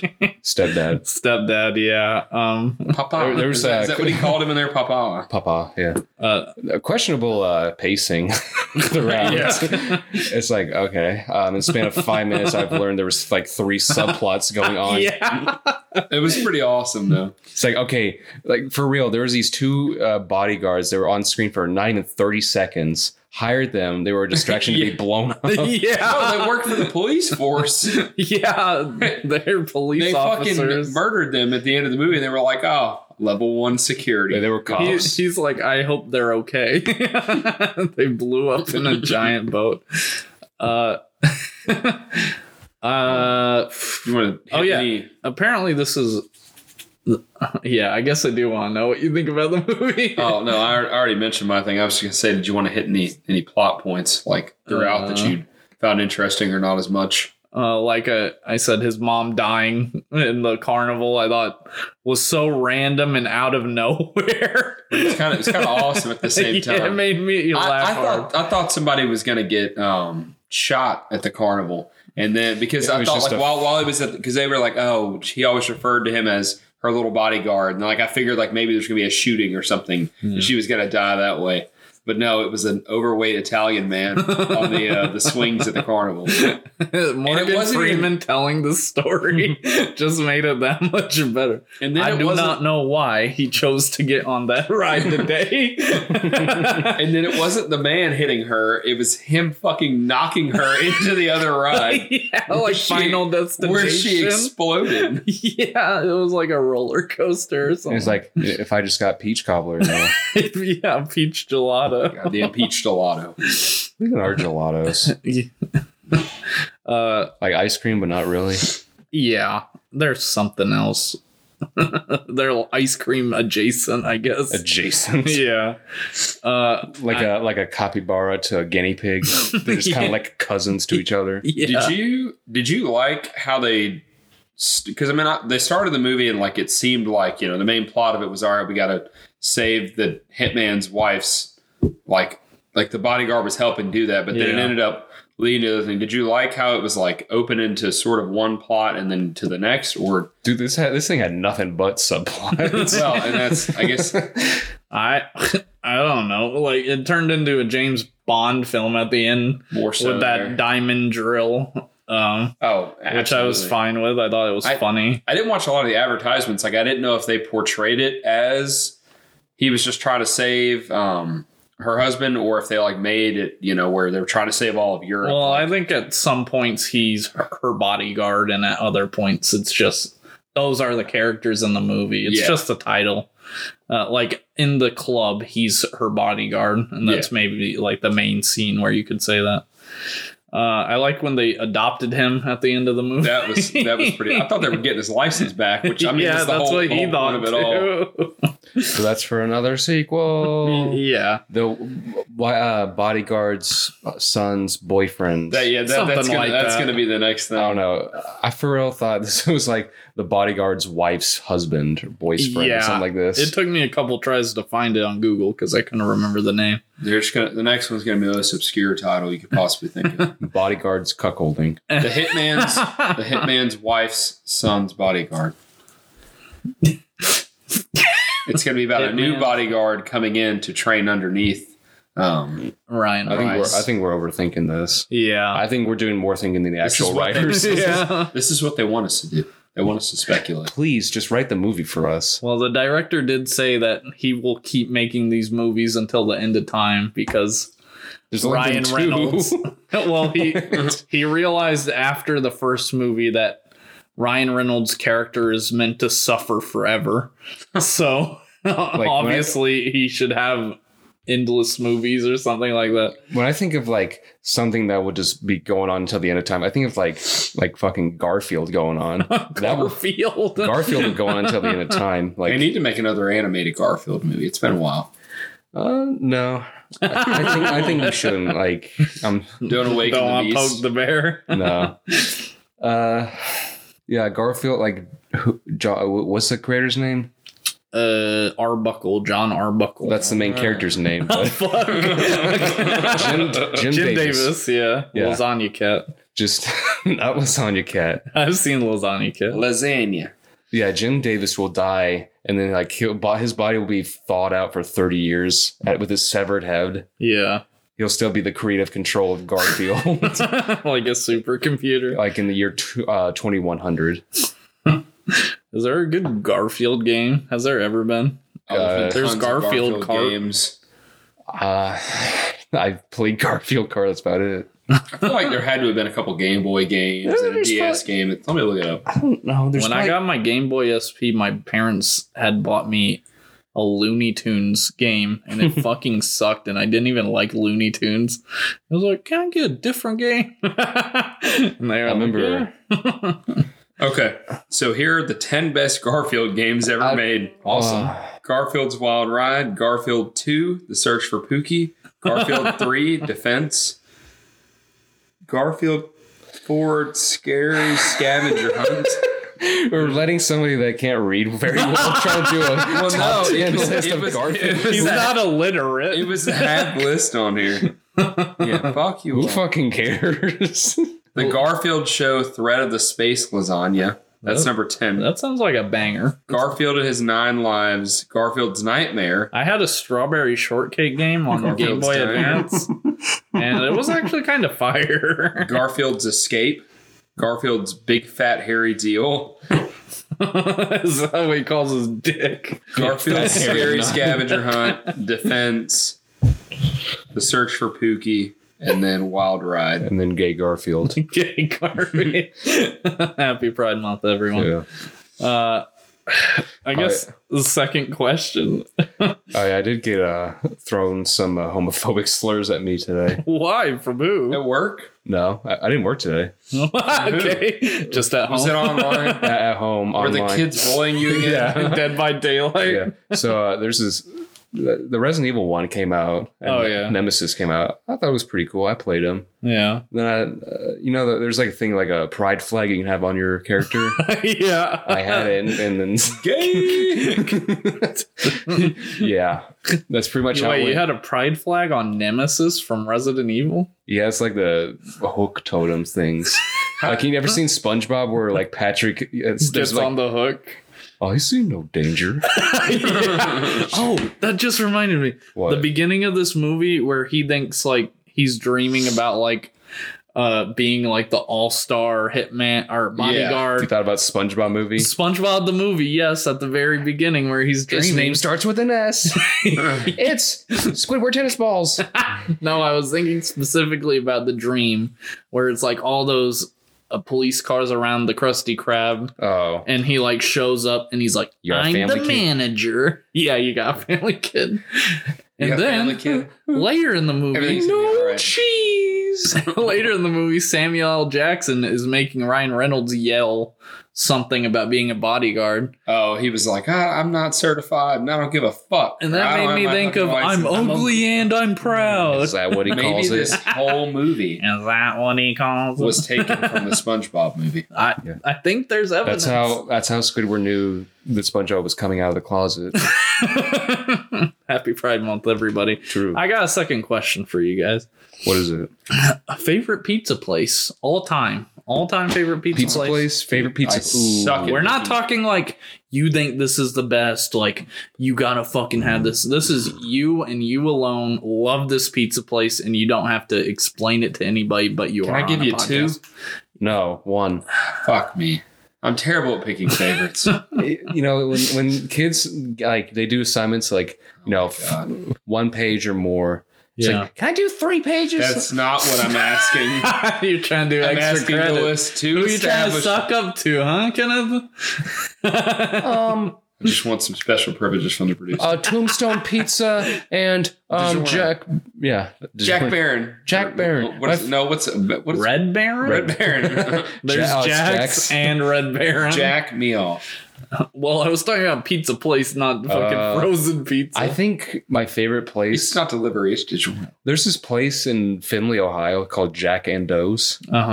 Speaker 1: [LAUGHS]
Speaker 3: Stepdad,
Speaker 1: Stepdad, yeah. Um,
Speaker 2: Papa,
Speaker 3: There- there was
Speaker 2: is, that,
Speaker 3: a-
Speaker 2: is that what he called him in there? Papa.
Speaker 3: Papa, yeah.
Speaker 1: uh,
Speaker 3: a questionable uh, pacing [LAUGHS] throughout.
Speaker 1: Yeah.
Speaker 3: [LAUGHS] It's like okay, um, in the span of five minutes, I've learned there was like three subplots going
Speaker 2: oh,
Speaker 1: [LAUGHS]
Speaker 2: [LAUGHS]
Speaker 3: on.
Speaker 1: yeah.
Speaker 2: It was pretty awesome though.
Speaker 3: It's like okay, like for real, there was these two uh, bodyguards that were on screen for not even thirty seconds. Hired them, they were a distraction to
Speaker 1: [LAUGHS] Yeah.
Speaker 3: be blown up.
Speaker 2: No,
Speaker 1: yeah.
Speaker 2: Oh, they worked for the police force.
Speaker 1: Yeah. [LAUGHS] They're police
Speaker 2: they
Speaker 1: officers.
Speaker 2: fucking murdered them at the end of the movie. They were like, oh, level one security.
Speaker 3: Yeah, they
Speaker 1: [LAUGHS]
Speaker 3: were
Speaker 1: He-
Speaker 3: cops.
Speaker 1: he's like, I hope they're okay. [LAUGHS] they blew up in a giant boat. Uh, [LAUGHS] uh,
Speaker 2: you want to?
Speaker 1: Oh, yeah. apparently this is. Yeah, I guess I do want to know what you think about the movie.
Speaker 2: Oh no, I, I already mentioned my thing. I was just gonna say, did you want to hit any any plot points like throughout that
Speaker 1: Uh.
Speaker 2: you found interesting or not as much?
Speaker 1: [LAUGHS] Uh, like uh, I said, his mom dying in the carnival, I thought was so random and out of nowhere.
Speaker 2: It's kind of it's kind of awesome
Speaker 1: [LAUGHS]
Speaker 2: at the same time.
Speaker 1: it made me laugh
Speaker 2: I, I
Speaker 1: hard. [LAUGHS]
Speaker 2: thought I thought somebody was gonna get um, shot at the carnival, and then because
Speaker 3: It
Speaker 2: I
Speaker 3: was
Speaker 2: thought
Speaker 3: just
Speaker 2: like
Speaker 3: a-
Speaker 2: while while he was at because they were like, oh, he always referred to him as her little bodyguard. And like I figured like maybe there's gonna be a shooting or something.
Speaker 1: Yeah.
Speaker 2: And she was gonna die that way. But no, it was an overweight
Speaker 1: [LAUGHS]
Speaker 2: Italian man on the uh, the swings at the carnival.
Speaker 1: Morgan
Speaker 2: wasn't even-
Speaker 1: Freeman telling the
Speaker 2: [LAUGHS]
Speaker 1: story just made it that [LAUGHS] much better.
Speaker 2: And then
Speaker 1: I
Speaker 2: it
Speaker 1: do
Speaker 2: wasn't,
Speaker 1: not know why he chose to get on
Speaker 2: [LAUGHS]
Speaker 1: that ride [LAUGHS] today.
Speaker 2: and then it wasn't the man hitting her; it was him fucking knocking
Speaker 1: [LAUGHS]
Speaker 2: her into the other [LAUGHS] ride,
Speaker 1: yeah, like
Speaker 2: She-
Speaker 1: Final Destination.
Speaker 2: where she exploded.
Speaker 1: [LAUGHS] yeah, it was like a roller coaster or something. [LAUGHS]
Speaker 3: It's like if I just got peach cobbler now.
Speaker 1: yeah, peach gelato.
Speaker 2: God, the impeached gelato.
Speaker 3: Look at our gelatos.
Speaker 1: [LAUGHS] uh,
Speaker 3: Like ice cream, but
Speaker 1: [LAUGHS]
Speaker 3: not really.
Speaker 1: yeah, there's something else. [LAUGHS] They're ice cream adjacent, I guess. [LAUGHS]
Speaker 3: Adjacent.
Speaker 1: yeah. Uh,
Speaker 3: Like a like a capybara to a guinea pig. They're just
Speaker 1: [LAUGHS]
Speaker 3: kind
Speaker 1: Yeah.
Speaker 3: of like cousins to each other.
Speaker 1: yeah.
Speaker 2: Did you did you like how they? Because I mean, I, they started the movie and like it seemed like you know the main plot of it was all right. We got to save the hitman's wife's like like the bodyguard was helping do that, but then it
Speaker 1: Yeah.
Speaker 2: ended up leading to the other thing. Did you like how it was like open into sort of one plot and then to the next, or
Speaker 3: Dude, this had, this thing had nothing
Speaker 2: [LAUGHS]
Speaker 3: but subplots.
Speaker 2: well, and that's I guess
Speaker 1: I [LAUGHS] I don't know. Like it turned into a James Bond film at the end
Speaker 2: more so
Speaker 1: with that
Speaker 2: there.
Speaker 1: diamond drill, um,
Speaker 2: oh,
Speaker 1: which I was
Speaker 2: absolutely.
Speaker 1: fine with. I thought it was
Speaker 2: I-
Speaker 1: funny.
Speaker 2: I didn't watch a lot of the advertisements. Like I didn't know if they portrayed it as he was just trying to save um, her husband, or if they like made it, you know, where they were trying to save all of Europe.
Speaker 1: Well, I think at some points he's her, her bodyguard, and at other points it's just those are the characters in the movie. It's
Speaker 2: Yeah.
Speaker 1: just the title. Uh, like in the club, he's her bodyguard, and that's maybe like the main scene where you could say that. Uh, I like when they adopted him at the end of the movie.
Speaker 2: that was that
Speaker 1: [LAUGHS]
Speaker 2: was pretty. I thought they were getting his license back, which I mean,
Speaker 1: yeah,
Speaker 2: that's, the
Speaker 1: that's
Speaker 2: whole,
Speaker 1: what he
Speaker 2: whole
Speaker 1: thought
Speaker 2: point of it all.
Speaker 1: too. [LAUGHS]
Speaker 3: so that's for
Speaker 2: [LAUGHS]
Speaker 3: another sequel.
Speaker 1: yeah,
Speaker 3: The why uh, bodyguard's uh, son's boyfriend.
Speaker 2: That, yeah, that,
Speaker 1: Something
Speaker 2: that's gonna,
Speaker 1: like
Speaker 2: that's
Speaker 1: that.
Speaker 2: gonna be the next
Speaker 3: I
Speaker 2: thing.
Speaker 3: don't know. I for real thought [LAUGHS] this was like the bodyguard's wife's husband or boyfriend
Speaker 1: Yeah.
Speaker 3: or something like this.
Speaker 1: it took me a couple tries to find it on Google because I couldn't remember the name.
Speaker 2: They're just gonna. The next one's gonna be the most obscure title you could possibly think of.
Speaker 3: bodyguard's cuckolding.
Speaker 2: the hitman's the hitman's wife's son's bodyguard. it's going to be about a new
Speaker 1: Hitman.
Speaker 2: bodyguard coming in to train underneath. Um,
Speaker 1: Ryan
Speaker 3: I think
Speaker 1: Rice.
Speaker 3: we're I think we're overthinking this.
Speaker 1: yeah,
Speaker 3: I think we're doing more thinking than the
Speaker 2: This is
Speaker 3: actual
Speaker 2: what
Speaker 1: [LAUGHS]
Speaker 2: they-
Speaker 3: writers.
Speaker 1: yeah.
Speaker 2: this is what they want us to do. They want us to speculate.
Speaker 3: Please just write the movie for us.
Speaker 1: Well, the director did say that he will keep making these movies until the end of time because
Speaker 3: There's only been
Speaker 1: Ryan
Speaker 3: two. [LAUGHS]
Speaker 1: Reynolds. [LAUGHS] well, he he realized after the first movie that Ryan Reynolds' character is meant to suffer forever.
Speaker 3: [LAUGHS]
Speaker 1: So
Speaker 3: when I-
Speaker 1: obviously he should have endless movies or something like that.
Speaker 3: when I think of like something that would just be going on until the end of time, I think of like like fucking Garfield going on. that would
Speaker 1: Garfield. [LAUGHS]
Speaker 3: Garfield would go on until the end of time.
Speaker 2: They
Speaker 3: Like
Speaker 2: need to make another animated Garfield movie. It's been a while.
Speaker 3: uh, no, I think I think you shouldn't. Like I'm
Speaker 2: Don't awaken
Speaker 1: Don't want
Speaker 2: the
Speaker 1: to poke
Speaker 2: beast.
Speaker 1: the bear.
Speaker 3: no. Uh, yeah, Garfield. Like, who, jo- what's the creator's name?
Speaker 1: [LAUGHS] Uh, Arbuckle, John Arbuckle. [LAUGHS]
Speaker 3: That's the main character's name. [LAUGHS]
Speaker 1: oh,
Speaker 3: But
Speaker 1: fuck. [LAUGHS]
Speaker 3: Jim,
Speaker 1: Jim,
Speaker 3: Jim Davis.
Speaker 1: yeah.
Speaker 3: Yeah.
Speaker 1: Lasagna Cat.
Speaker 3: Just [LAUGHS] not Lasagna Cat.
Speaker 1: I've seen Lasagna Cat.
Speaker 2: Lasagna.
Speaker 3: Yeah, Jim Davis will die, and then like he'll, bo- his body will be thawed out for thirty years at, with his severed head.
Speaker 1: Yeah. [LAUGHS]
Speaker 3: He'll still be the creative control of [LAUGHS] Garfield,
Speaker 1: like a supercomputer.
Speaker 3: like in the year tw- uh, twenty one hundred.
Speaker 1: Is there a good Garfield game? Has there ever been?
Speaker 2: Oh, been
Speaker 3: Uh,
Speaker 2: tons
Speaker 1: There's
Speaker 2: of
Speaker 1: Garfield cart.
Speaker 2: games.
Speaker 3: Uh, [SIGHS] I've played Garfield card. That's about it.
Speaker 2: I feel like there had to have been a couple Game Boy games
Speaker 3: Yeah,
Speaker 2: and a
Speaker 3: there's
Speaker 2: DS game. Let me look it up.
Speaker 3: I don't know. There's
Speaker 1: when
Speaker 3: probably-
Speaker 1: I got my Game Boy SP, my parents had bought me a Looney Tunes game,
Speaker 3: [LAUGHS]
Speaker 1: and it fucking sucked, and I didn't even like Looney Tunes. I was like, "Can I get a different game?" [LAUGHS] and they were like,
Speaker 3: I remember-
Speaker 1: "Yeah."
Speaker 2: Okay, so here are the ten best Garfield games ever
Speaker 3: I-
Speaker 2: made. Awesome.
Speaker 3: Uh,
Speaker 2: Garfield's Wild Ride, Garfield 2, The Search for Pookie,
Speaker 3: [LAUGHS]
Speaker 2: Garfield 3, Defense, Garfield 4, Scary Scavenger
Speaker 3: [LAUGHS]
Speaker 2: Hunt.
Speaker 3: We're letting somebody that can't read very [LAUGHS] well try to do a
Speaker 2: Well,
Speaker 3: top
Speaker 2: no, it
Speaker 3: 10
Speaker 2: was-
Speaker 3: list
Speaker 2: it
Speaker 3: of
Speaker 2: was-
Speaker 3: Garfield.
Speaker 2: it was-
Speaker 1: he's not illiterate.
Speaker 2: It was the half list on here.
Speaker 3: [LAUGHS]
Speaker 2: Yeah, fuck you.
Speaker 3: Who
Speaker 2: all.
Speaker 3: fucking cares? [LAUGHS]
Speaker 2: The Garfield Show, Threat of the Space Lasagna, That's
Speaker 1: That-
Speaker 2: number 10.
Speaker 1: That sounds like a banger.
Speaker 2: Garfield and his nine lives. Garfield's nightmare.
Speaker 1: I had a strawberry shortcake game [LAUGHS] on the Game
Speaker 2: Garfield's
Speaker 1: Boy
Speaker 2: Giant.
Speaker 1: Advance, and it was actually kind of fire.
Speaker 2: Garfield's escape. Garfield's big fat hairy
Speaker 1: [LAUGHS]
Speaker 2: deal.
Speaker 1: [LAUGHS] Is that what he calls his dick?
Speaker 2: Garfield's
Speaker 3: Fat hairy
Speaker 2: scary
Speaker 3: nut.
Speaker 2: scavenger hunt. Defense. The search for Pookie. And then Wild Ride.
Speaker 3: and then Gay Garfield.
Speaker 1: [LAUGHS] Gay Garvey. [LAUGHS] Happy Pride Month, everyone.
Speaker 3: [LAUGHS] yeah.
Speaker 1: Uh, I guess the second question.
Speaker 3: I, I did get uh, thrown some uh, homophobic [LAUGHS] slurs at me today.
Speaker 1: Why? From who? [LAUGHS]
Speaker 2: At work?
Speaker 3: No, I, I didn't work today.
Speaker 1: okay. Just at
Speaker 2: Was it
Speaker 1: home. [LAUGHS]
Speaker 2: online?
Speaker 3: At, at home,
Speaker 2: Were
Speaker 3: online.
Speaker 2: the kids bullying you again?
Speaker 3: Yeah.
Speaker 1: Dead by Daylight.
Speaker 3: yeah. So uh, there's this. The the Resident Evil one came out. And
Speaker 1: Oh, yeah.
Speaker 3: Nemesis came out. I thought it was pretty cool. I played them.
Speaker 1: Yeah. [LAUGHS]
Speaker 3: Then I, uh, you know, there's like a thing like a pride flag you can have on your character.
Speaker 1: yeah.
Speaker 3: I had it,
Speaker 1: [LAUGHS]
Speaker 3: and, and then
Speaker 2: Gay!
Speaker 3: [LAUGHS] yeah, that's pretty much
Speaker 1: You-
Speaker 3: how. it
Speaker 1: Wait, you
Speaker 3: went.
Speaker 1: had a pride flag on Nemesis from Resident Evil?
Speaker 3: Yeah, it's like the hook
Speaker 1: [LAUGHS]
Speaker 3: totems things. like you ever seen SpongeBob where like Patrick it's,
Speaker 1: Just
Speaker 3: there's like,
Speaker 1: on the hook.
Speaker 3: [LAUGHS] oh, I see no
Speaker 1: [LAUGHS]
Speaker 3: danger.
Speaker 1: Yeah. [LAUGHS] Oh, that just reminded me.
Speaker 3: What?
Speaker 1: The beginning of this movie where he thinks like he's dreaming about like uh being like the all-star hitman or
Speaker 3: you
Speaker 1: bodyguard.
Speaker 3: thought about SpongeBob movie?
Speaker 1: SpongeBob the movie, yes, at the very beginning where he's
Speaker 3: His
Speaker 1: dreaming.
Speaker 3: name starts with an S.
Speaker 2: [LAUGHS]
Speaker 3: it's Squidward tennis balls.
Speaker 1: no, I was thinking specifically about the dream where it's like all those uh, police cars around the Krusty Krab.
Speaker 3: [LAUGHS] Oh,
Speaker 1: And he like shows up and he's like,
Speaker 3: You're a
Speaker 1: I'm the
Speaker 3: family kid."
Speaker 1: manager. Yeah, you got a family
Speaker 2: [LAUGHS]
Speaker 1: kid. And
Speaker 2: got a
Speaker 1: then
Speaker 2: family kid.
Speaker 1: later in the movie,
Speaker 2: Everything's gonna be alright.
Speaker 1: cheese. [LAUGHS] Later in the movie, Samuel L. Jackson is making Ryan Reynolds yell something about being a bodyguard,
Speaker 2: Oh, he was like, ah, I'm not certified, and I don't give a fuck.
Speaker 1: and
Speaker 2: I
Speaker 1: that
Speaker 2: don't
Speaker 1: made
Speaker 2: have
Speaker 1: me
Speaker 2: my
Speaker 1: think
Speaker 2: fucking
Speaker 1: of "I'm
Speaker 2: license.
Speaker 1: ugly and I'm proud."
Speaker 3: is that what he
Speaker 2: Oh, Maybe
Speaker 3: calls
Speaker 2: this
Speaker 3: it?
Speaker 1: [LAUGHS]
Speaker 2: whole movie
Speaker 1: Is that what he calls it?
Speaker 2: was taken from the SpongeBob movie.
Speaker 1: I,
Speaker 3: Yeah.
Speaker 1: I think there's evidence.
Speaker 3: That's how that's how Squidward knew that SpongeBob was coming out of
Speaker 2: [LAUGHS]
Speaker 3: the closet.
Speaker 1: [LAUGHS] Happy Pride Month, everybody!
Speaker 3: True.
Speaker 1: I got a second question for you guys.
Speaker 3: what is it?
Speaker 1: A favorite pizza place all time, all time favorite pizza,
Speaker 3: Pizza place? Favorite pizza?
Speaker 2: I suck at
Speaker 1: We're not
Speaker 2: cooking.
Speaker 1: talking like you think this is the best. Like you gotta fucking have this. This is you and you alone love this pizza place, and you don't have to explain it to anybody. But you
Speaker 2: Can
Speaker 1: are.
Speaker 2: I
Speaker 1: on
Speaker 2: give
Speaker 1: a
Speaker 2: you two?
Speaker 1: podcast.
Speaker 3: No,
Speaker 2: [LAUGHS]
Speaker 3: one.
Speaker 2: Fuck me. I'm terrible at
Speaker 1: [LAUGHS]
Speaker 2: picking favorites.
Speaker 3: you know when, when kids like they do assignments like you know f-
Speaker 2: Oh God.
Speaker 3: one page or more it's
Speaker 1: Yeah,
Speaker 3: like can i do three pages
Speaker 2: That's not what I'm
Speaker 1: [LAUGHS]
Speaker 2: asking.
Speaker 1: you're trying to do
Speaker 2: I'm
Speaker 1: extra
Speaker 2: asking the
Speaker 1: credit.
Speaker 2: list to
Speaker 1: Who are you trying to
Speaker 2: establish. I
Speaker 1: suck up to, huh, Kenneth? [LAUGHS]
Speaker 3: um
Speaker 2: just want some special privileges from the producer.
Speaker 1: Oh,
Speaker 2: [LAUGHS]
Speaker 3: a tombstone pizza and um
Speaker 2: DiGiorno.
Speaker 3: jack yeah
Speaker 2: Jack
Speaker 3: DiGiorno.
Speaker 2: Barron.
Speaker 3: Jack Barron.
Speaker 2: What is, no, what's what is
Speaker 1: Red Baron.
Speaker 2: Red [LAUGHS] Baron?
Speaker 1: There's
Speaker 3: Jack- oh,
Speaker 1: Jax,
Speaker 3: it's Jax.
Speaker 1: and Red Baron.
Speaker 2: Jack Meoff.
Speaker 1: Well, I was talking about pizza place, not fucking
Speaker 3: Uh,
Speaker 1: frozen pizza.
Speaker 3: i think my favorite
Speaker 2: It's
Speaker 3: place
Speaker 2: not delivery. It's digital.
Speaker 3: there's this place in findlay ohio called jack and doe's
Speaker 1: uh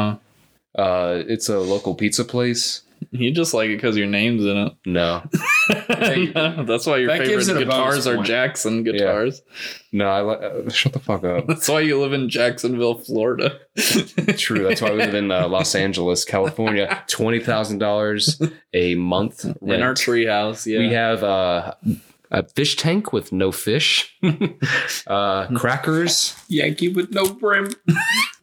Speaker 1: huh.
Speaker 3: uh it's a local pizza place
Speaker 1: You just like it because your name's in it.
Speaker 3: no
Speaker 2: you
Speaker 1: No, [LAUGHS] that's why your
Speaker 2: That
Speaker 1: favorite
Speaker 2: gives it a
Speaker 1: guitars
Speaker 2: bonus
Speaker 1: are
Speaker 2: point.
Speaker 1: Jackson guitars. [LAUGHS]
Speaker 3: no i like uh, shut the fuck up
Speaker 1: That's why you live in Jacksonville, Florida. [LAUGHS]
Speaker 3: True. That's why we live in uh, Los Angeles, California. Twenty thousand dollars a month rent.
Speaker 1: in our treehouse. Yeah,
Speaker 3: We have uh, a fish tank with
Speaker 1: [LAUGHS]
Speaker 3: no fish, uh, crackers.
Speaker 2: Yankee with no brim.
Speaker 1: [LAUGHS]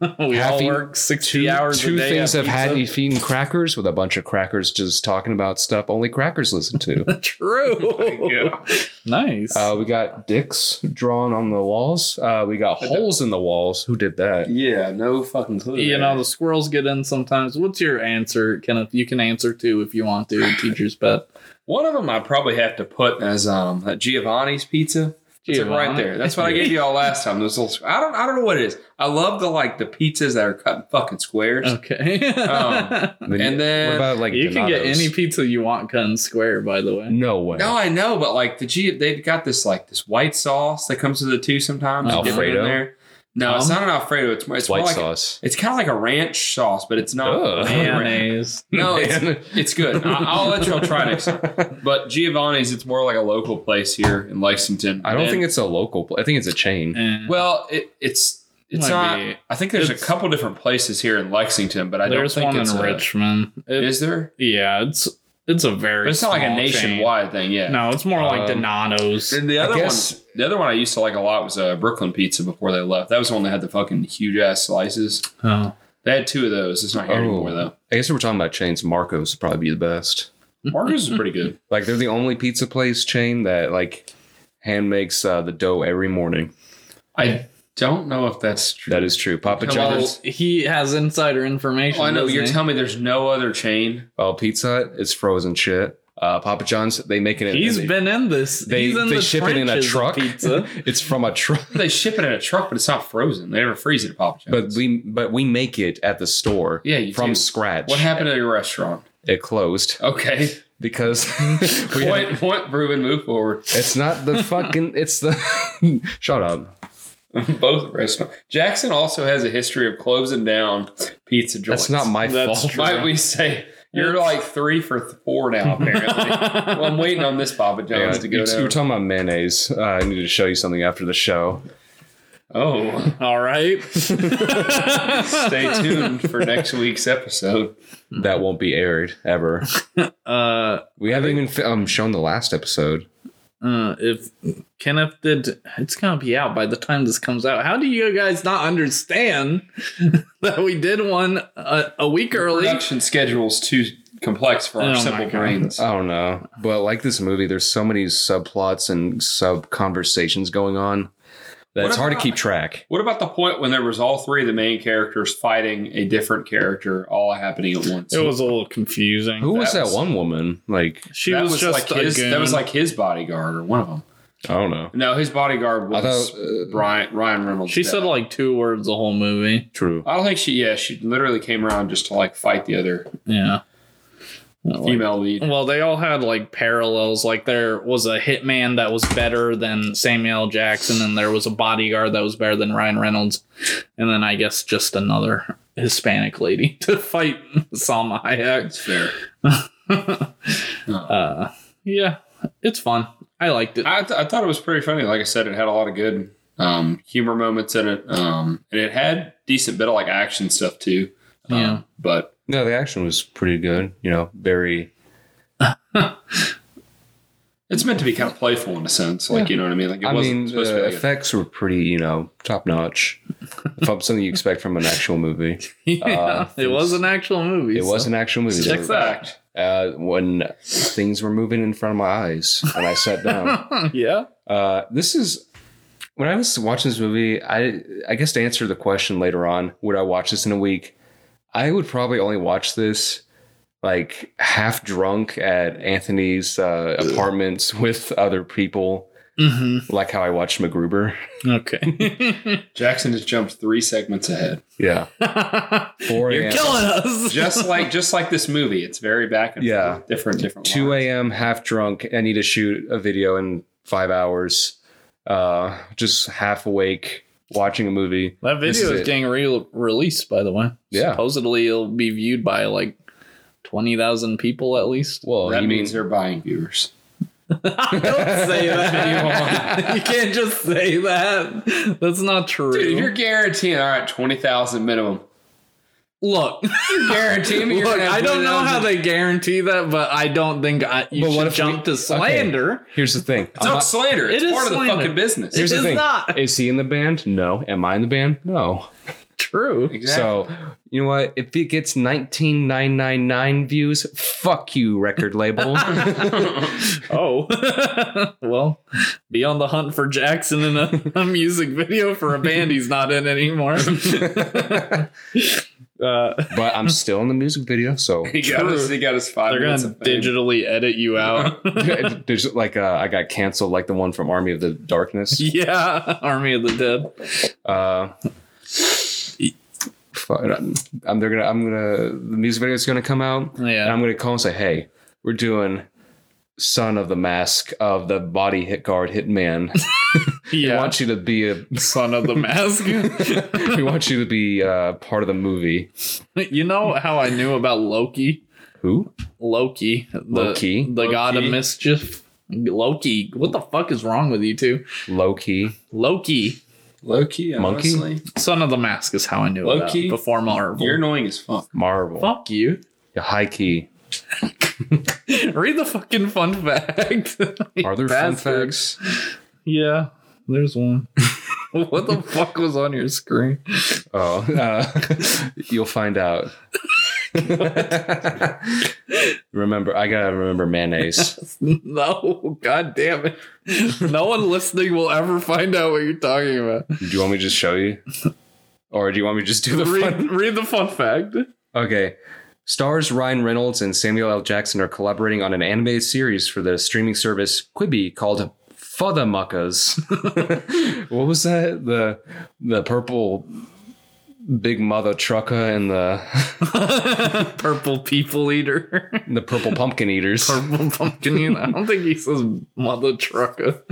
Speaker 1: we all
Speaker 3: Happy
Speaker 1: work sixty
Speaker 3: Two,
Speaker 1: hours.
Speaker 3: two
Speaker 1: a day
Speaker 3: things
Speaker 1: at
Speaker 3: I've had me
Speaker 1: pizza.
Speaker 3: feeding crackers with a bunch of crackers just talking about stuff only crackers listen to.
Speaker 1: [LAUGHS]
Speaker 2: [LAUGHS]
Speaker 1: True.
Speaker 2: Yeah.
Speaker 1: [LAUGHS] Nice.
Speaker 3: Uh, we got dicks drawn on the walls. Uh, we got holes in the walls. Who did that?
Speaker 2: Yeah, no fucking clue.
Speaker 1: you
Speaker 2: man.
Speaker 1: know the squirrels get in sometimes. What's your answer, Kenneth? You can answer too if you want to. Teacher's
Speaker 2: [LAUGHS]
Speaker 1: pet.
Speaker 2: One of them I probably have to put as um that Giovanni's pizza. It's like right
Speaker 1: Giovanni.
Speaker 2: there. That's what I gave you all last time. Those little. I don't. I don't know what it is. I love the like the pizzas that are cut in fucking squares.
Speaker 1: [LAUGHS] Okay.
Speaker 2: Um,
Speaker 1: [LAUGHS]
Speaker 2: And then-
Speaker 3: what about like
Speaker 1: you can get
Speaker 3: Donatos?
Speaker 1: any pizza you want cut and square. By the way.
Speaker 3: No way.
Speaker 2: No, I know, but like the G, they've got this like this white sauce that comes with the two sometimes. You dip it in
Speaker 3: Alfredo?
Speaker 2: there. No, it's
Speaker 1: Um,
Speaker 2: not an Alfredo. It's more. It's more
Speaker 3: White
Speaker 2: like
Speaker 3: sauce.
Speaker 2: It's kind of like a ranch sauce, but it's not.
Speaker 3: Ugh.
Speaker 1: [LAUGHS] Mayonnaise.
Speaker 2: No,
Speaker 3: [LAUGHS]
Speaker 2: it's,
Speaker 3: Man.
Speaker 2: it's good. I, I'll let y'all try next time. But Giovanni's, it's more like a local place here in Lexington.
Speaker 3: [LAUGHS] I don't
Speaker 2: And-
Speaker 3: think it's a local. pl- I think it's a chain.
Speaker 1: Eh.
Speaker 2: Well, it, it's
Speaker 1: Might
Speaker 2: It's not.
Speaker 1: be.
Speaker 2: I think there's
Speaker 1: It's-
Speaker 2: a couple different places here in Lexington, but I don't
Speaker 1: There's
Speaker 2: think
Speaker 1: one
Speaker 2: it's
Speaker 1: in
Speaker 2: a-
Speaker 1: Richmond. It-
Speaker 2: Is there?
Speaker 1: yeah, it's it's a very.
Speaker 2: But it's not like a
Speaker 1: small
Speaker 2: nationwide thing. Yeah.
Speaker 1: chain. No, it's more like
Speaker 3: Um,
Speaker 1: Donato's.
Speaker 2: And the
Speaker 3: I
Speaker 2: other
Speaker 3: guess-
Speaker 2: one, the other one I used to like a lot was uh, Brooklyn Pizza before they left. That was the one that had the fucking huge ass slices.
Speaker 1: Oh.
Speaker 2: They had two of those. It's not here
Speaker 3: Oh.
Speaker 2: anymore though.
Speaker 3: I guess if we're talking about chains, Marco's would probably be the best.
Speaker 2: Marcus is pretty
Speaker 3: [LAUGHS]
Speaker 2: good.
Speaker 3: Like they're the only pizza place chain that like hand makes uh, the dough every morning.
Speaker 2: I don't know if that's true.
Speaker 3: That is true. Papa
Speaker 2: Come
Speaker 1: Well,
Speaker 3: John's.
Speaker 2: John's.
Speaker 1: he has insider information.
Speaker 2: Oh, I know
Speaker 1: doesn't
Speaker 2: you're
Speaker 3: eh?
Speaker 1: he?
Speaker 2: telling me there's no other chain.
Speaker 3: Well, Pizza Hut, it's frozen shit. Uh, Papa John's, they make it. in-
Speaker 1: He's
Speaker 3: they,
Speaker 1: been in this.
Speaker 3: They,
Speaker 1: He's in
Speaker 3: they
Speaker 1: the
Speaker 3: ship it in a
Speaker 1: trenches of
Speaker 3: truck.
Speaker 1: Pizza.
Speaker 3: [LAUGHS] it's from a truck.
Speaker 2: They ship it in a truck, but it's not frozen. They never freeze it at Papa
Speaker 3: But
Speaker 2: John's.
Speaker 3: we but we make it at the store.
Speaker 2: Yeah, you
Speaker 3: from
Speaker 2: do.
Speaker 3: scratch.
Speaker 2: what happened to your restaurant?
Speaker 3: It closed
Speaker 2: Okay, [LAUGHS]
Speaker 3: because we had-
Speaker 2: point, point, Ruben, move forward. [LAUGHS]
Speaker 3: it's not the fucking. It's the [LAUGHS] shut up.
Speaker 2: Both restaurants. Jackson also has a history of closing down pizza joints.
Speaker 3: That's not my
Speaker 1: That's
Speaker 3: fault.
Speaker 1: true.
Speaker 2: Might we say you're like three for th- four now? Apparently. well, I'm waiting on this Papa
Speaker 3: Yeah,
Speaker 2: John's to
Speaker 3: you,
Speaker 2: go
Speaker 3: you were
Speaker 2: down.
Speaker 3: Uh, talking about mayonnaise. Uh, I need to show you something after the show. [LAUGHS]
Speaker 2: oh,
Speaker 1: All [LAUGHS] right.
Speaker 2: stay tuned for next week's episode.
Speaker 3: That won't be aired ever.
Speaker 1: Uh,
Speaker 3: We haven't even fi- um, shown the last episode.
Speaker 1: uh, if Kenneth did, it's gonna be out by the time this comes out. How do you guys not understand [LAUGHS] that we did one a, a week early?
Speaker 2: Production schedule's too complex for
Speaker 1: Oh
Speaker 2: our
Speaker 1: my
Speaker 2: simple
Speaker 1: God.
Speaker 2: brains. Uh,
Speaker 3: I don't know, but like this movie, there's so many subplots and sub conversations going on that
Speaker 2: What
Speaker 3: it's hard to
Speaker 2: about-
Speaker 3: keep track.
Speaker 2: What about the point when there was all three of the main characters fighting a different character, all happening at once?
Speaker 1: It was a little confusing.
Speaker 3: Who was
Speaker 2: That
Speaker 3: that
Speaker 2: was-
Speaker 3: one woman? Like
Speaker 1: She
Speaker 2: That
Speaker 1: was, just
Speaker 2: like
Speaker 1: a
Speaker 2: his, that
Speaker 1: goon.
Speaker 2: was like his bodyguard or one of them.
Speaker 3: I don't know.
Speaker 2: No, his bodyguard
Speaker 3: I
Speaker 2: was
Speaker 3: thought uh,
Speaker 2: Brian Ryan Reynolds.
Speaker 1: she
Speaker 2: dad.
Speaker 1: said like two words the whole movie.
Speaker 3: true.
Speaker 2: I don't think she. Yeah, she literally came around just to like fight the other
Speaker 1: Yeah.
Speaker 2: female lead.
Speaker 1: Well, they all had like parallels. Like there was a hitman that was better than Samuel L. Jackson, and there was a bodyguard that was better than Ryan Reynolds, and then I guess just another Hispanic lady [LAUGHS] to fight Salma Hayek. [LAUGHS]
Speaker 2: That's fair.
Speaker 1: Uh, yeah, it's fun. I liked it.
Speaker 2: I, th- I thought it was pretty funny. Like I said, it had a lot of good um, humor moments in it, um, and it had decent bit of like action stuff too. Um,
Speaker 1: Yeah. [LAUGHS]
Speaker 2: but
Speaker 3: No, the action was pretty good. You know, very
Speaker 2: it's meant to be kind of playful in a sense. Like you know what I mean? Like it
Speaker 3: I
Speaker 2: wasn't
Speaker 3: mean,
Speaker 2: supposed
Speaker 3: the
Speaker 2: to be. Like a,
Speaker 3: effects were pretty, you know,
Speaker 2: [LAUGHS]
Speaker 3: top notch. if I'm something you expect from an actual movie,
Speaker 1: yeah,
Speaker 3: uh,
Speaker 1: it was an actual movie.
Speaker 3: it was
Speaker 1: so-
Speaker 3: an actual movie.
Speaker 1: Check
Speaker 3: So,
Speaker 1: that.
Speaker 2: fact.
Speaker 3: Uh, when things were moving in front of my eyes, and I
Speaker 2: [LAUGHS]
Speaker 3: sat down.
Speaker 1: [LAUGHS] yeah.
Speaker 3: Uh, this is when I was watching this movie. I I guess to answer the question later on, would I watch this in a week? I would probably only watch this like half drunk at Anthony's uh, apartments with other people,
Speaker 1: hmm
Speaker 3: like how I watched MacGruber.
Speaker 1: Okay.
Speaker 2: Jackson just jumped three segments ahead,
Speaker 3: Yeah,
Speaker 1: You're [LAUGHS]
Speaker 2: [LAUGHS]
Speaker 3: four a.m.
Speaker 1: killing us.
Speaker 2: just like just like this movie. It's very back and
Speaker 3: Yeah.
Speaker 2: forth, different different.
Speaker 3: two
Speaker 2: lines.
Speaker 3: a.m. half drunk. I need to shoot a video in five hours. Uh, just half awake watching a movie.
Speaker 1: [LAUGHS] That
Speaker 3: This
Speaker 1: video
Speaker 3: is
Speaker 1: is,
Speaker 3: it.
Speaker 1: getting re- released, by the way.
Speaker 3: Yeah.
Speaker 1: Supposedly it'll be viewed by like 20,000 people at
Speaker 3: [LAUGHS]
Speaker 1: least.
Speaker 3: Well,
Speaker 2: that
Speaker 3: you mean
Speaker 2: means they're buying viewers.
Speaker 1: Don't say [LAUGHS] that. you can't just say that. That's not true.
Speaker 2: Dude, if you're guaranteeing all right, twenty thousand minimum.
Speaker 1: Look,
Speaker 2: You're guaranteeing. me you're
Speaker 1: look
Speaker 2: gonna
Speaker 1: I
Speaker 2: have
Speaker 1: don't know
Speaker 2: 20,000.
Speaker 1: how they guarantee that, but I don't think I, you
Speaker 3: But what
Speaker 1: should
Speaker 3: if we-
Speaker 1: jump to
Speaker 3: okay.
Speaker 1: slander.
Speaker 3: here's the thing.
Speaker 2: It's not slander. It's
Speaker 1: Uh-huh. It is
Speaker 2: part
Speaker 1: slander.
Speaker 2: of the fucking business.
Speaker 1: It
Speaker 3: Here's the
Speaker 1: is
Speaker 3: thing.
Speaker 1: not
Speaker 3: Is he in the band? No. Am I in the band? No.
Speaker 1: true.
Speaker 2: Exactly.
Speaker 3: So, you know what? If it gets 19999 views, fuck you, record label.
Speaker 2: [LAUGHS]
Speaker 1: [LAUGHS] Oh, [LAUGHS] well, be on the hunt for Jackson in a, a music video for a band he's not in anymore.
Speaker 3: but
Speaker 1: Uh,
Speaker 3: I'm still in the music
Speaker 2: [LAUGHS]
Speaker 3: video, so [LAUGHS]
Speaker 2: He got
Speaker 1: True.
Speaker 2: us. He got us 5
Speaker 1: They're
Speaker 2: minutes
Speaker 1: gonna
Speaker 2: of fame.
Speaker 1: digitally edit you out.
Speaker 3: there's like uh, I got canceled like the one from Army of the Darkness.
Speaker 1: yeah, Army of the Dead.
Speaker 3: Uh fuck, I'm, I'm they're gonna I'm gonna the music video is gonna come out and
Speaker 1: Yeah,
Speaker 3: I'm gonna call and say, hey, we're doing Son of the Mask of the Body Hit Guard Hitman. We
Speaker 1: [LAUGHS] yeah.
Speaker 3: want you to be a
Speaker 1: Son of the Mask.
Speaker 3: we want you to be uh, part of the movie.
Speaker 1: you know how I knew about Loki?
Speaker 3: Who?
Speaker 1: Loki, the,
Speaker 3: Loki?
Speaker 1: the god of
Speaker 2: Loki.
Speaker 1: mischief. Loki, what the fuck is wrong with you two?
Speaker 3: Loki.
Speaker 1: Loki,
Speaker 2: Low key,
Speaker 3: Monkey?
Speaker 2: honestly.
Speaker 1: Son of the Mask is how I knew about
Speaker 2: Low-key,
Speaker 1: it before Marvel.
Speaker 2: You're annoying as fuck.
Speaker 3: Marvel.
Speaker 1: Fuck you.
Speaker 3: Yeah, high key.
Speaker 1: [LAUGHS] Read the fucking fun fact. [LAUGHS]
Speaker 3: Are there fun
Speaker 1: Bastard.
Speaker 3: facts?
Speaker 1: Yeah, there's one. [LAUGHS] what the fuck was on your screen? [LAUGHS]
Speaker 3: Oh, uh, [LAUGHS] you'll find out. [LAUGHS] remember, I gotta remember mayonnaise.
Speaker 1: No, god damn it. No one listening will ever find out what you're talking about.
Speaker 3: Do you want me to just show you, or do you want me to just do the fun [LAUGHS]
Speaker 1: Read, read the fun fact.
Speaker 3: Okay. Stars Ryan Reynolds and Samuel L. Jackson are collaborating on an animated series for the streaming service Quibi called Fuddamuckas. [LAUGHS] what was that? The the purple big mother trucker and the [LAUGHS]
Speaker 1: Purple people eater.
Speaker 3: the purple pumpkin eaters.
Speaker 1: Purple pumpkin eater. I don't think he says mother trucker.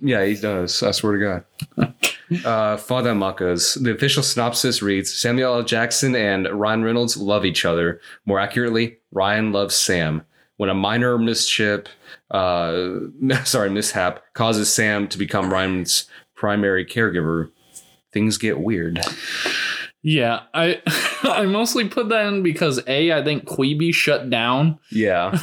Speaker 3: Yeah, he does. I swear to God.
Speaker 1: [LAUGHS]
Speaker 3: Uh, Father Makas. The official synopsis reads Samuel L. Jackson and Ryan Reynolds love each other. More accurately, Ryan loves Sam. When a minor mishap, uh, [LAUGHS] sorry, mishap causes Sam to become Ryan's primary caregiver, things get weird.
Speaker 1: Yeah, I [LAUGHS] I mostly put that in because A, I think Queeby shut down. [LAUGHS]
Speaker 3: Yeah.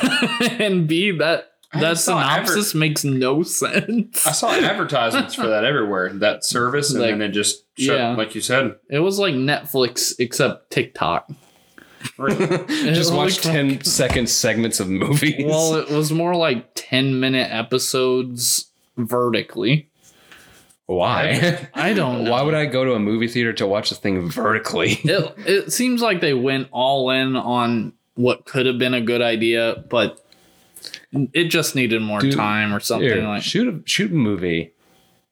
Speaker 1: and B, that
Speaker 2: I
Speaker 1: that
Speaker 2: saw adver-
Speaker 1: synopsis makes no sense.
Speaker 2: I saw advertisements for that everywhere. That service, and
Speaker 1: Like-
Speaker 2: then it just shut,
Speaker 1: yeah.
Speaker 2: like you said.
Speaker 1: It was like Netflix except TikTok.
Speaker 3: [LAUGHS]
Speaker 2: Really.
Speaker 1: [LAUGHS]
Speaker 3: Just watch
Speaker 1: looks like-
Speaker 3: 10 second segments of movies.
Speaker 1: Well, it was more like 10 minute episodes vertically.
Speaker 3: [LAUGHS] Why?
Speaker 1: I don't know.
Speaker 3: Why would I go to a movie theater to watch this thing vertically?
Speaker 1: it, it seems like they went all in on what could have been a good idea, but it just needed more
Speaker 3: Dude,
Speaker 1: time or something
Speaker 3: Here,
Speaker 1: like
Speaker 3: shoot a shoot a movie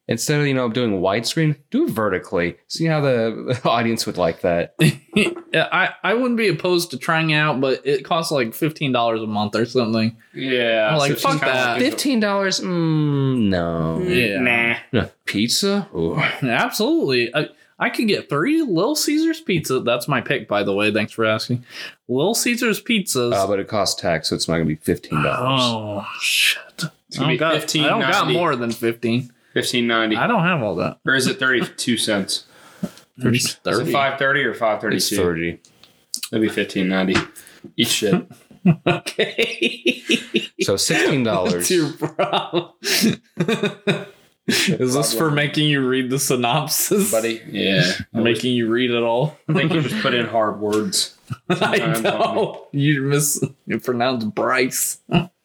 Speaker 3: instead of you know doing widescreen do it vertically see how the [LAUGHS] the audience would like that
Speaker 1: [LAUGHS] Yeah, I, I wouldn't be opposed to trying out, but it costs like $15 a month or something.
Speaker 2: Yeah.
Speaker 1: I'm like,
Speaker 2: it's
Speaker 1: fuck
Speaker 2: just kinda
Speaker 1: that.
Speaker 2: like-
Speaker 3: $15 mm, no
Speaker 1: Yeah.
Speaker 2: Nah.
Speaker 3: pizza Ooh. Uh,
Speaker 1: Absolutely. I, I could get three Little Caesars pizza. That's my pick, by the way. Thanks for asking. Little Caesars pizzas.
Speaker 2: Oh,
Speaker 3: Uh, but it costs tax so it's not gonna be $15
Speaker 1: oh, shit.
Speaker 2: It's
Speaker 1: I don't,
Speaker 2: gonna
Speaker 1: got,
Speaker 2: be fifteen.
Speaker 1: I don't got more than 15.
Speaker 2: Fifteen ninety.
Speaker 1: I don't have all that.
Speaker 2: Or is it thirty-two cents?
Speaker 1: There's
Speaker 2: Is it
Speaker 1: 30.
Speaker 2: five thirty or five
Speaker 3: it's
Speaker 2: thirty-two?
Speaker 3: 30
Speaker 2: It'd be fifteen ninety. Eat shit.
Speaker 1: [LAUGHS] Okay. [LAUGHS]
Speaker 3: so
Speaker 1: What's
Speaker 3: $16
Speaker 1: your problem? [LAUGHS] Is this for making you read the synopsis?
Speaker 2: buddy. Yeah.
Speaker 1: Making you read it all?
Speaker 2: I think you just put in hard words.
Speaker 1: I
Speaker 2: Sometimes
Speaker 1: know. You miss you pronounce Bryce.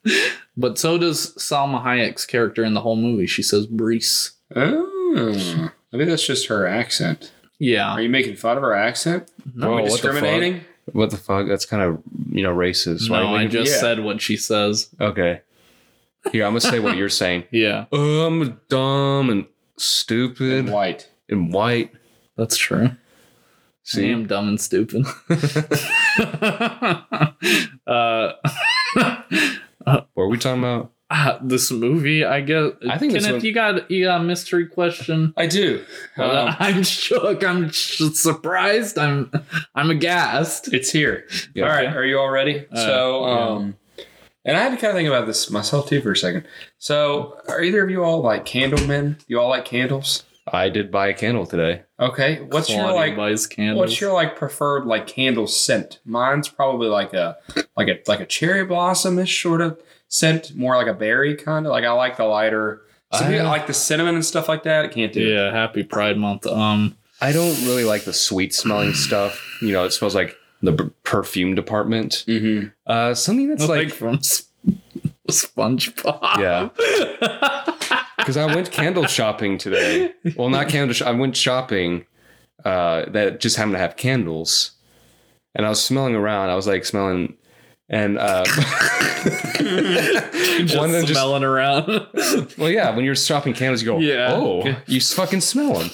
Speaker 1: [LAUGHS] but so does Salma Hayek's character in the whole movie. She says Brees.
Speaker 2: Oh. I think that's just her accent. Are
Speaker 1: Yeah.
Speaker 2: you making fun of her accent?
Speaker 3: Oh,
Speaker 2: Are we
Speaker 3: what the fuck?
Speaker 2: discriminating?
Speaker 3: what the fuck that's kind of you know racist
Speaker 1: No,
Speaker 3: right
Speaker 1: I just
Speaker 2: yeah.
Speaker 1: said what she says.
Speaker 3: okay here i'm gonna say what you're saying [LAUGHS]
Speaker 1: Yeah.
Speaker 3: i'm dumb and
Speaker 2: And
Speaker 3: stupid
Speaker 2: White.
Speaker 3: and white
Speaker 1: That's true. I
Speaker 3: see
Speaker 1: am dumb and stupid. [LAUGHS] uh,
Speaker 3: what are we talking about
Speaker 1: uh, [LAUGHS] this movie, I guess.
Speaker 3: I think this
Speaker 1: Kenneth,
Speaker 3: one-
Speaker 1: you got you got a mystery
Speaker 2: [LAUGHS]
Speaker 1: question.
Speaker 2: I do.
Speaker 1: Uh,
Speaker 2: Um,
Speaker 1: I'm shook. I'm sh- surprised. I'm I'm aghast.
Speaker 2: it's here.
Speaker 3: Yeah.
Speaker 2: All right. Are you all ready?
Speaker 1: Uh,
Speaker 2: so,
Speaker 1: yeah.
Speaker 2: um, and I had to kind of think about this myself too for a second. So, are either of you all like candle men? You all like candles?
Speaker 3: I did buy a candle today.
Speaker 2: Okay. What's your
Speaker 1: Claudia
Speaker 2: like?
Speaker 1: buys candles.
Speaker 2: What's your like preferred like candle scent? Mine's probably like a like a like a cherry blossom ish sort of scent, more like a berry kind of. Like I like the lighter. So
Speaker 3: I-
Speaker 2: I like the cinnamon and stuff like that. I can't do.
Speaker 1: Yeah, happy Pride Month. Um,
Speaker 3: I don't really like the sweet smelling stuff. You know, it smells like the b- perfume department.
Speaker 2: Mm-hmm.
Speaker 3: Uh, something that's
Speaker 1: it's like, [LAUGHS]
Speaker 3: like
Speaker 1: from Sp- SpongeBob.
Speaker 3: because I went candle shopping today. Well, not candle. Sh- I went shopping uh, that just happened to have candles, and I was smelling around. I was like smelling, and uh,
Speaker 1: [LAUGHS]
Speaker 3: [LAUGHS]
Speaker 1: just
Speaker 3: one of them
Speaker 1: smelling
Speaker 3: just
Speaker 1: around.
Speaker 3: well, yeah. When you're shopping candles, you go,
Speaker 1: Yeah.
Speaker 3: oh, you s- fucking smell them.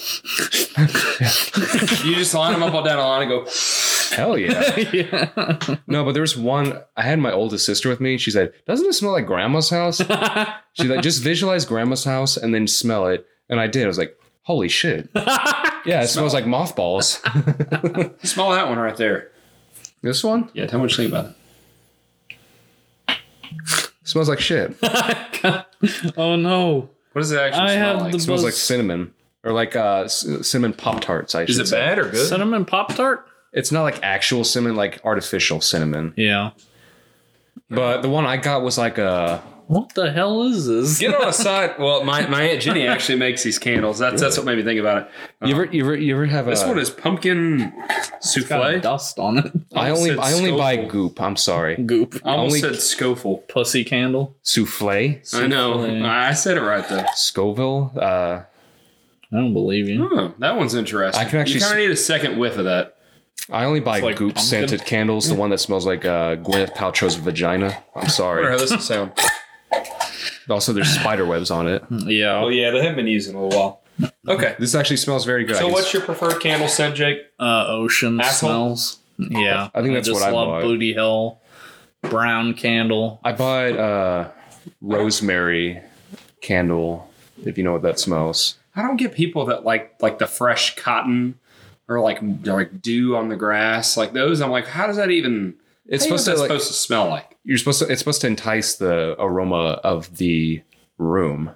Speaker 2: You just line them up all down a line and go.
Speaker 3: Hell yeah.
Speaker 1: yeah.
Speaker 3: No, but there was one. I had my oldest sister with me. She said, "Doesn't it smell like grandma's
Speaker 2: [LAUGHS]
Speaker 3: house?" She's like, just visualize grandma's house and then smell it. And I did. I was like,
Speaker 2: [LAUGHS]
Speaker 3: holy shit. Yeah, it smells like mothballs.
Speaker 2: Smell that one right there.
Speaker 3: this one
Speaker 2: Yeah, tell me what you think about it.
Speaker 3: smells like shit.
Speaker 1: oh no!
Speaker 2: What does it actually
Speaker 1: I
Speaker 2: smell
Speaker 1: have
Speaker 2: like?
Speaker 1: the
Speaker 3: smells
Speaker 1: Buzz-
Speaker 3: like cinnamon or like uh, c- cinnamon pop tarts. I
Speaker 2: Is
Speaker 3: should
Speaker 2: it
Speaker 3: say.
Speaker 2: bad or good?
Speaker 1: Cinnamon Pop Tart?
Speaker 3: It's not like actual cinnamon, like artificial cinnamon.
Speaker 1: Yeah.
Speaker 3: But the one I got was like a
Speaker 1: What the hell is this?
Speaker 2: Get on a side. Well, my, my aunt Jenny actually makes these candles. That's that's what made me think about it.
Speaker 3: you ever you ever you ever have
Speaker 2: This
Speaker 3: a,
Speaker 2: one is pumpkin
Speaker 1: Got
Speaker 2: souffle.
Speaker 1: dust on it.
Speaker 3: I only
Speaker 2: said
Speaker 3: I only buy
Speaker 2: Scoville.
Speaker 3: goop. I'm sorry,
Speaker 1: Goop.
Speaker 2: I almost said
Speaker 3: only-
Speaker 2: Scoful.
Speaker 1: Pussy candle.
Speaker 3: souffle,
Speaker 2: I know.
Speaker 1: Souffle.
Speaker 2: I said it right though.
Speaker 3: Scoville. Uh,
Speaker 1: I don't believe you.
Speaker 2: Oh, that one's interesting.
Speaker 3: I can actually
Speaker 2: You kind of
Speaker 3: s-
Speaker 2: need a second whiff of that.
Speaker 3: I only buy
Speaker 1: It's like
Speaker 3: goop
Speaker 1: pumpkin.
Speaker 3: scented candles. The one that smells like uh, Gwyneth Paltrow's vagina. I'm
Speaker 2: I wonder
Speaker 3: sorry.
Speaker 2: how this will sound.
Speaker 3: Also, there's spider webs on it.
Speaker 1: Hmm. Oh, Yeah.
Speaker 2: yeah, they haven't been using in a little while. Okay.
Speaker 3: This actually smells very good. I
Speaker 2: So,
Speaker 3: can
Speaker 2: what's your preferred candle scent, Jake?
Speaker 1: Uh, ocean
Speaker 2: Asshole.
Speaker 1: smells. Yeah.
Speaker 3: I think that's
Speaker 1: just
Speaker 3: what I
Speaker 1: love
Speaker 3: bought.
Speaker 1: Booty Hill. Brown candle.
Speaker 3: I bought uh rosemary candle, if you know what that smells.
Speaker 2: I don't get people that like like the fresh cotton or like like dew on the grass like those. I'm like, how does that even?
Speaker 3: It's
Speaker 2: how
Speaker 3: supposed
Speaker 2: is
Speaker 3: to
Speaker 2: that
Speaker 3: like
Speaker 2: supposed to smell like?
Speaker 3: you're supposed to it's supposed to entice the aroma of the room.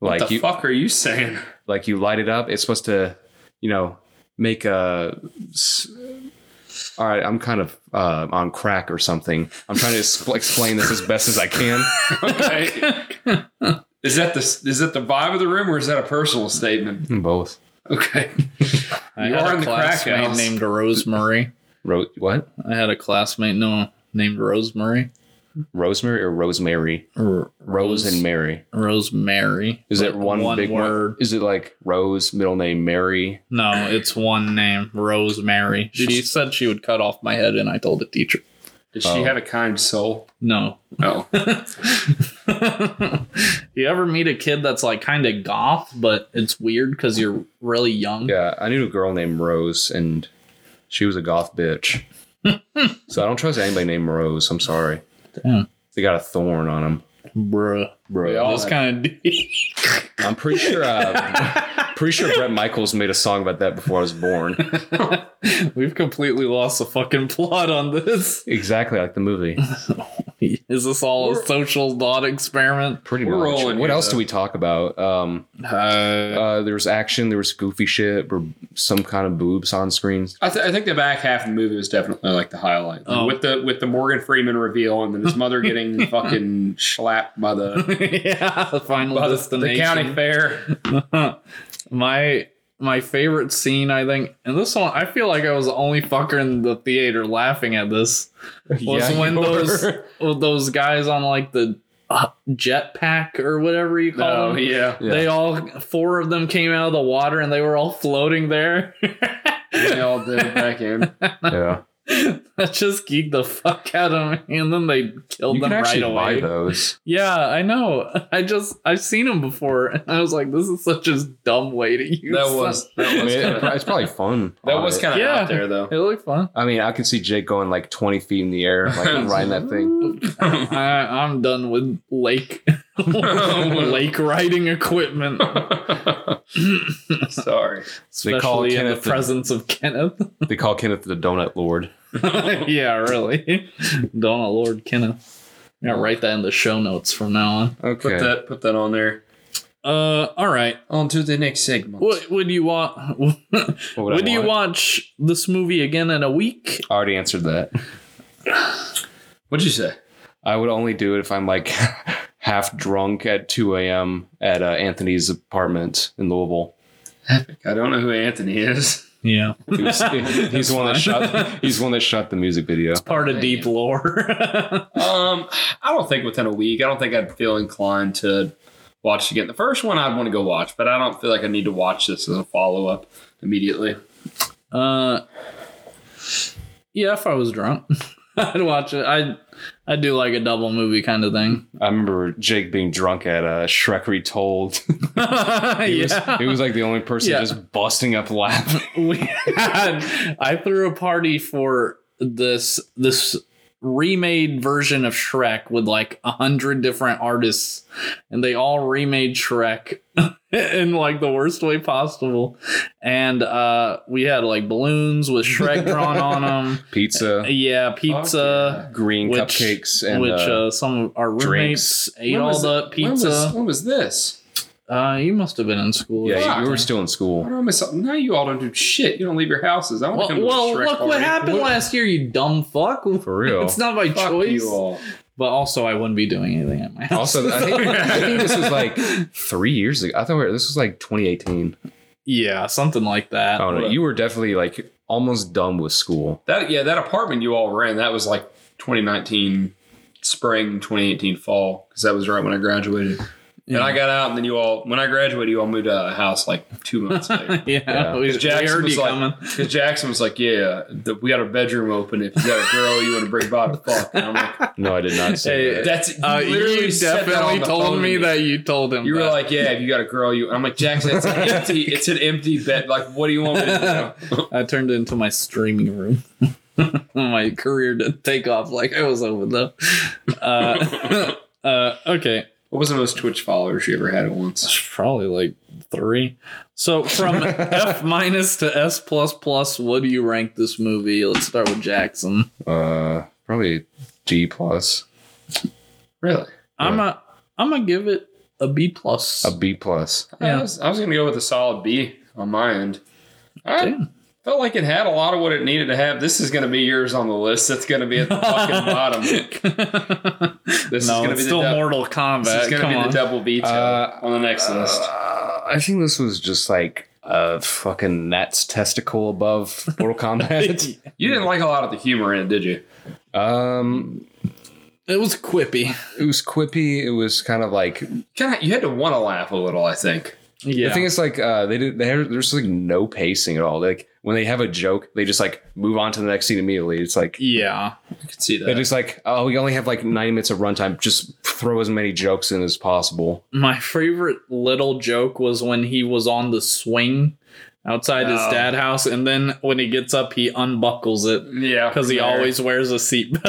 Speaker 3: Like
Speaker 2: What the
Speaker 3: you
Speaker 2: fuck are you saying? [LAUGHS]
Speaker 3: like you light it up, it's supposed to, you know, make a s- all right, I'm kind of uh, on crack or something. I'm trying to expl- explain this as best as I can.
Speaker 2: Okay. is that the is that the vibe of the room or is that a personal statement?
Speaker 3: [LAUGHS] Both.
Speaker 2: Okay.
Speaker 1: I
Speaker 2: You
Speaker 1: had
Speaker 2: are
Speaker 1: a
Speaker 2: in the crack
Speaker 1: classmate
Speaker 2: house.
Speaker 1: named Rosemary.
Speaker 3: Ro- what?
Speaker 1: I had a classmate no named Rosemary.
Speaker 3: Rosemary or rosemary?
Speaker 1: R-
Speaker 3: Rose and Mary.
Speaker 1: Rosemary.
Speaker 3: Is it
Speaker 1: Like
Speaker 3: one, big word?
Speaker 1: word?
Speaker 3: Is it like Rose, middle name Mary?
Speaker 1: No, it's one name. Rosemary. She said she would cut off my head, and I told the teacher.
Speaker 2: Did she
Speaker 3: Oh.
Speaker 2: have a kind soul?
Speaker 1: No. [LAUGHS]
Speaker 2: No.
Speaker 1: you ever meet a kid that's like kind of goth, but it's weird because you're really young?
Speaker 3: Yeah, I knew a girl named Rose, and she was a goth [LAUGHS] bitch. so I don't trust anybody named Rose. I'm sorry.
Speaker 1: Damn.
Speaker 3: They got a thorn on them.
Speaker 1: Bruh.
Speaker 2: They all
Speaker 1: This
Speaker 2: have-
Speaker 1: kind of.
Speaker 3: I'm pretty sure. Uh, pretty sure Brett Michaels made a song about that before I was born.
Speaker 1: [LAUGHS] We've completely lost the fucking plot on
Speaker 3: [LAUGHS]
Speaker 1: this.
Speaker 3: Exactly like the movie.
Speaker 1: Is this all a
Speaker 2: We're-
Speaker 1: social thought experiment? [LAUGHS]
Speaker 3: Pretty
Speaker 2: We're
Speaker 3: much.
Speaker 2: rolling
Speaker 3: What
Speaker 2: here,
Speaker 3: else
Speaker 2: though.
Speaker 3: do we talk about? Um,
Speaker 1: Uh,
Speaker 3: uh, there was action. There was goofy shit. Or some kind of boobs on screens.
Speaker 2: I, th- I think the back half of the movie was definitely like the highlight
Speaker 1: Oh.
Speaker 2: with the with the Morgan Freeman reveal and then his [LAUGHS] mother getting fucking slapped by the
Speaker 1: yeah, the final
Speaker 2: by the, the county
Speaker 1: destination.
Speaker 2: fair.
Speaker 1: my my favorite scene, I think, and this one, I feel like I was the only fucker in the theater laughing at this. Was
Speaker 3: [LAUGHS] [LAUGHS] Yeah,
Speaker 1: when
Speaker 3: you
Speaker 1: those
Speaker 3: were.
Speaker 1: well, those guys on like the uh, jetpack or whatever you call
Speaker 2: Oh
Speaker 1: them.
Speaker 2: yeah.
Speaker 1: [LAUGHS]
Speaker 3: Yeah.
Speaker 1: They all four of them came out of the water and they were all floating there. [LAUGHS]
Speaker 2: They all did it back [LAUGHS] in.
Speaker 3: yeah.
Speaker 1: that just geeked the fuck out of me, and then they killed
Speaker 3: You
Speaker 1: them
Speaker 3: can
Speaker 1: right
Speaker 3: actually
Speaker 1: away. [LAUGHS]
Speaker 3: buy those.
Speaker 1: Yeah, I know. [LAUGHS] I just I've seen them before, [LAUGHS] and I was like, this is such a dumb way to use.
Speaker 2: That was
Speaker 3: I
Speaker 2: that
Speaker 3: mean,
Speaker 2: was
Speaker 3: it-
Speaker 2: kinda,
Speaker 3: it's probably fun.
Speaker 2: that was
Speaker 3: Alright.
Speaker 2: kind of
Speaker 1: Yeah.
Speaker 2: out there though.
Speaker 1: It looked fun.
Speaker 3: I mean, I can see Jake going like 20 feet in the air, like riding that thing.
Speaker 1: [LAUGHS] I, I'm done with
Speaker 3: [LAUGHS]
Speaker 1: lake lake riding equipment,
Speaker 2: [LAUGHS] Sorry.
Speaker 1: especially
Speaker 3: They call
Speaker 1: in the
Speaker 3: Kenneth the-
Speaker 1: presence of Kenneth. [LAUGHS]
Speaker 3: They call Kenneth the Donut Lord.
Speaker 1: yeah, really, Donald Lord Kenneth. I'm gonna write that in the show notes from now on.
Speaker 3: Okay.
Speaker 2: Put that put that on there.
Speaker 1: Uh, all right.
Speaker 2: On to the next segment.
Speaker 1: What would you want? [LAUGHS] would
Speaker 3: What would I
Speaker 1: you
Speaker 3: want?
Speaker 1: watch this movie again in a week?
Speaker 3: I already answered that.
Speaker 2: What'd you say?
Speaker 3: I would only do it if I'm like [LAUGHS] half drunk at 2 a.m. at uh, Anthony's apartment in Louisville.
Speaker 2: I don't know who Anthony is.
Speaker 1: Yeah, [LAUGHS]
Speaker 3: He was- he's the one that
Speaker 1: That's [LAUGHS]
Speaker 3: shot. He's the one that shot the music video.
Speaker 1: part of deep lore. [LAUGHS]
Speaker 2: Um, I don't think within a week. I don't think I'd feel inclined to watch again. The first one I'd want to go watch, but I don't feel like I need to watch this as a follow up immediately.
Speaker 1: Uh, yeah, if I was drunk, [LAUGHS] I'd watch it. I I do like a double movie kind of thing.
Speaker 3: I remember Jake being drunk at uh, Shrek Retold. [LAUGHS]
Speaker 1: yeah.
Speaker 3: He was, he was like the only person
Speaker 1: Yeah.
Speaker 3: just busting up
Speaker 1: [LAUGHS]
Speaker 3: laughing.
Speaker 1: we had, I threw a party for this this remade version of Shrek with like a hundred different artists, and they all remade Shrek [LAUGHS] in like the worst way possible. And uh, we had like balloons with Shrek drawn
Speaker 3: [LAUGHS]
Speaker 1: on them.
Speaker 3: Pizza,
Speaker 1: Yeah, pizza.
Speaker 3: green
Speaker 1: Which-
Speaker 3: cupcakes, and
Speaker 1: which
Speaker 3: uh,
Speaker 1: uh, some of our roommates
Speaker 3: drinks.
Speaker 1: ate
Speaker 2: When
Speaker 1: all
Speaker 2: was-
Speaker 1: the
Speaker 2: When was,
Speaker 1: pizza.
Speaker 2: when was this?
Speaker 1: Uh, you must have been in school. or
Speaker 3: Yeah, you- you,
Speaker 1: something.
Speaker 3: were still in
Speaker 2: Why
Speaker 3: school.
Speaker 2: do I miss out? Now you all don't do shit. You don't leave your houses. I want to
Speaker 1: Well,
Speaker 2: come
Speaker 1: well,
Speaker 2: to Shrek
Speaker 1: look what
Speaker 2: party.
Speaker 1: happened
Speaker 2: What-
Speaker 1: last year, you dumb
Speaker 2: [LAUGHS]
Speaker 1: fuck.
Speaker 3: For real.
Speaker 1: It's not my
Speaker 2: Fuck
Speaker 1: choice.
Speaker 2: you all. Oh.
Speaker 1: But also, I wouldn't be doing anything at my house.
Speaker 3: Also, I
Speaker 1: [LAUGHS]
Speaker 3: think, I think this was like three years ago. I thought we were, this was like 2018.
Speaker 1: yeah, something like that.
Speaker 3: Oh no, you were definitely like almost done with school.
Speaker 2: That yeah, that apartment you all were in. That was like 2019 spring, 2018 fall, because that was right when I graduated. And I got out, and then you all when I graduated, you all moved out of the house like two
Speaker 1: [LAUGHS]
Speaker 2: months later.
Speaker 1: [LAUGHS] yeah,
Speaker 3: Yeah.
Speaker 1: we, we
Speaker 2: Jackson
Speaker 1: heard
Speaker 2: was
Speaker 1: you
Speaker 2: like-
Speaker 1: coming.
Speaker 2: Because Jackson was like, "Yeah, the, we got a bedroom open. If you got a girl, you want to bring by the fuck." And I'm like,
Speaker 3: No, I did not say
Speaker 1: [LAUGHS] Hey,
Speaker 3: that.
Speaker 2: "That's
Speaker 1: Uh,
Speaker 2: you literally
Speaker 1: you
Speaker 2: said that on
Speaker 1: definitely
Speaker 2: the
Speaker 1: told
Speaker 2: phone to
Speaker 1: me that you told him.
Speaker 2: You were
Speaker 1: that.
Speaker 2: like, "Yeah, if you got a girl, you." I'm like, "Jackson, it's an
Speaker 1: [LAUGHS]
Speaker 2: empty. It's an empty bed. Like, what do you want me to do?"
Speaker 1: I turned it into my streaming room. [LAUGHS] my career didn't take off like I was hoping though. Uh, [LAUGHS] uh, okay,
Speaker 2: What was the most Twitch followers you ever had at once?
Speaker 1: It's probably like three. So
Speaker 2: [LAUGHS]
Speaker 1: from F minus to S plus plus, what do you rank this movie? Let's start with Jackson.
Speaker 3: Uh, probably G plus,
Speaker 2: Really?
Speaker 1: I'm a I'm gonna give it a B plus.
Speaker 3: a
Speaker 1: [LAUGHS]
Speaker 3: B plus.
Speaker 1: Yeah.
Speaker 2: I was, I was going to go with a solid B on my end. I
Speaker 1: Damn.
Speaker 2: felt like it had a lot of what it needed to have. This is going to be yours on the list. That's going to be at
Speaker 1: [LAUGHS]
Speaker 2: the fucking bottom. This is
Speaker 1: no, it's
Speaker 2: gonna be the
Speaker 1: still
Speaker 2: dub-
Speaker 1: Mortal
Speaker 2: is
Speaker 1: Kombat.
Speaker 2: going to
Speaker 1: Come
Speaker 2: be
Speaker 1: on.
Speaker 2: the double veto
Speaker 3: Uh,
Speaker 2: on the next list.
Speaker 3: Uh, I think this was just like a fucking gnat's
Speaker 1: [LAUGHS]
Speaker 3: testicle above Mortal Kombat.
Speaker 2: You didn't like a lot of the humor in it, did you?
Speaker 3: um,
Speaker 1: it was quippy.
Speaker 3: it was quippy. It was kind of like
Speaker 2: Kind of. You had to want to laugh a little. I think.
Speaker 1: Yeah.
Speaker 3: The thing is, like, uh, they did. They have, there's like no pacing at all. Like when they have a joke, they just like move on to the next scene immediately. It's like
Speaker 1: yeah.
Speaker 2: I could see
Speaker 3: they're
Speaker 2: that.
Speaker 3: just like, oh, we only have like 90 minutes of runtime. Just throw as many jokes in as possible.
Speaker 1: My favorite little joke was when he was on the swing outside his
Speaker 2: Oh.
Speaker 1: dad house, and then when he gets up, he unbuckles it
Speaker 2: yeah,
Speaker 1: because he
Speaker 2: fair.
Speaker 1: always wears a seatbelt.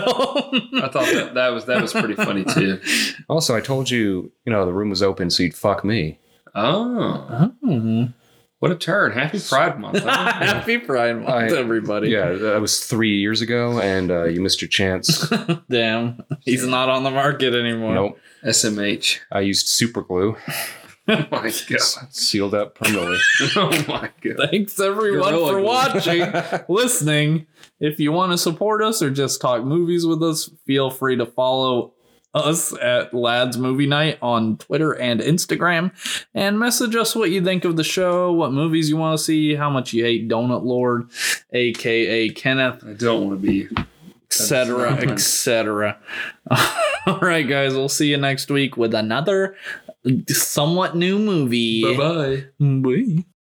Speaker 1: [LAUGHS]
Speaker 2: I thought that, that was that was pretty funny too.
Speaker 3: Also, I told you, you know, the room was open, so you'd fuck me.
Speaker 2: Oh,
Speaker 1: Oh.
Speaker 2: what a turn! Happy Pride Month.
Speaker 1: [LAUGHS]
Speaker 2: huh?
Speaker 1: Happy Pride Month,
Speaker 3: I-
Speaker 1: everybody.
Speaker 3: Yeah, that was three years ago, and uh, you missed your chance.
Speaker 1: Damn. He's not on the market anymore.
Speaker 3: nope.
Speaker 2: SMH.
Speaker 3: I used super glue,
Speaker 2: Oh my god.
Speaker 3: sealed up permanently.
Speaker 2: [LAUGHS] Oh my god.
Speaker 1: Thanks everyone
Speaker 2: Gorilla
Speaker 1: for
Speaker 2: glue.
Speaker 1: watching,
Speaker 3: [LAUGHS]
Speaker 1: listening. If you want to support us or just talk movies with us, feel free to follow us at Lads Movie Night on Twitter and Instagram and message us what you think of the show, what movies you want to see, how much you hate Donut Lord, aka Kenneth,
Speaker 2: I don't want to be.
Speaker 1: etc., etc. [LAUGHS] All right guys, we'll see you next week with another somewhat new movie.
Speaker 2: Bye bye.
Speaker 1: Bye.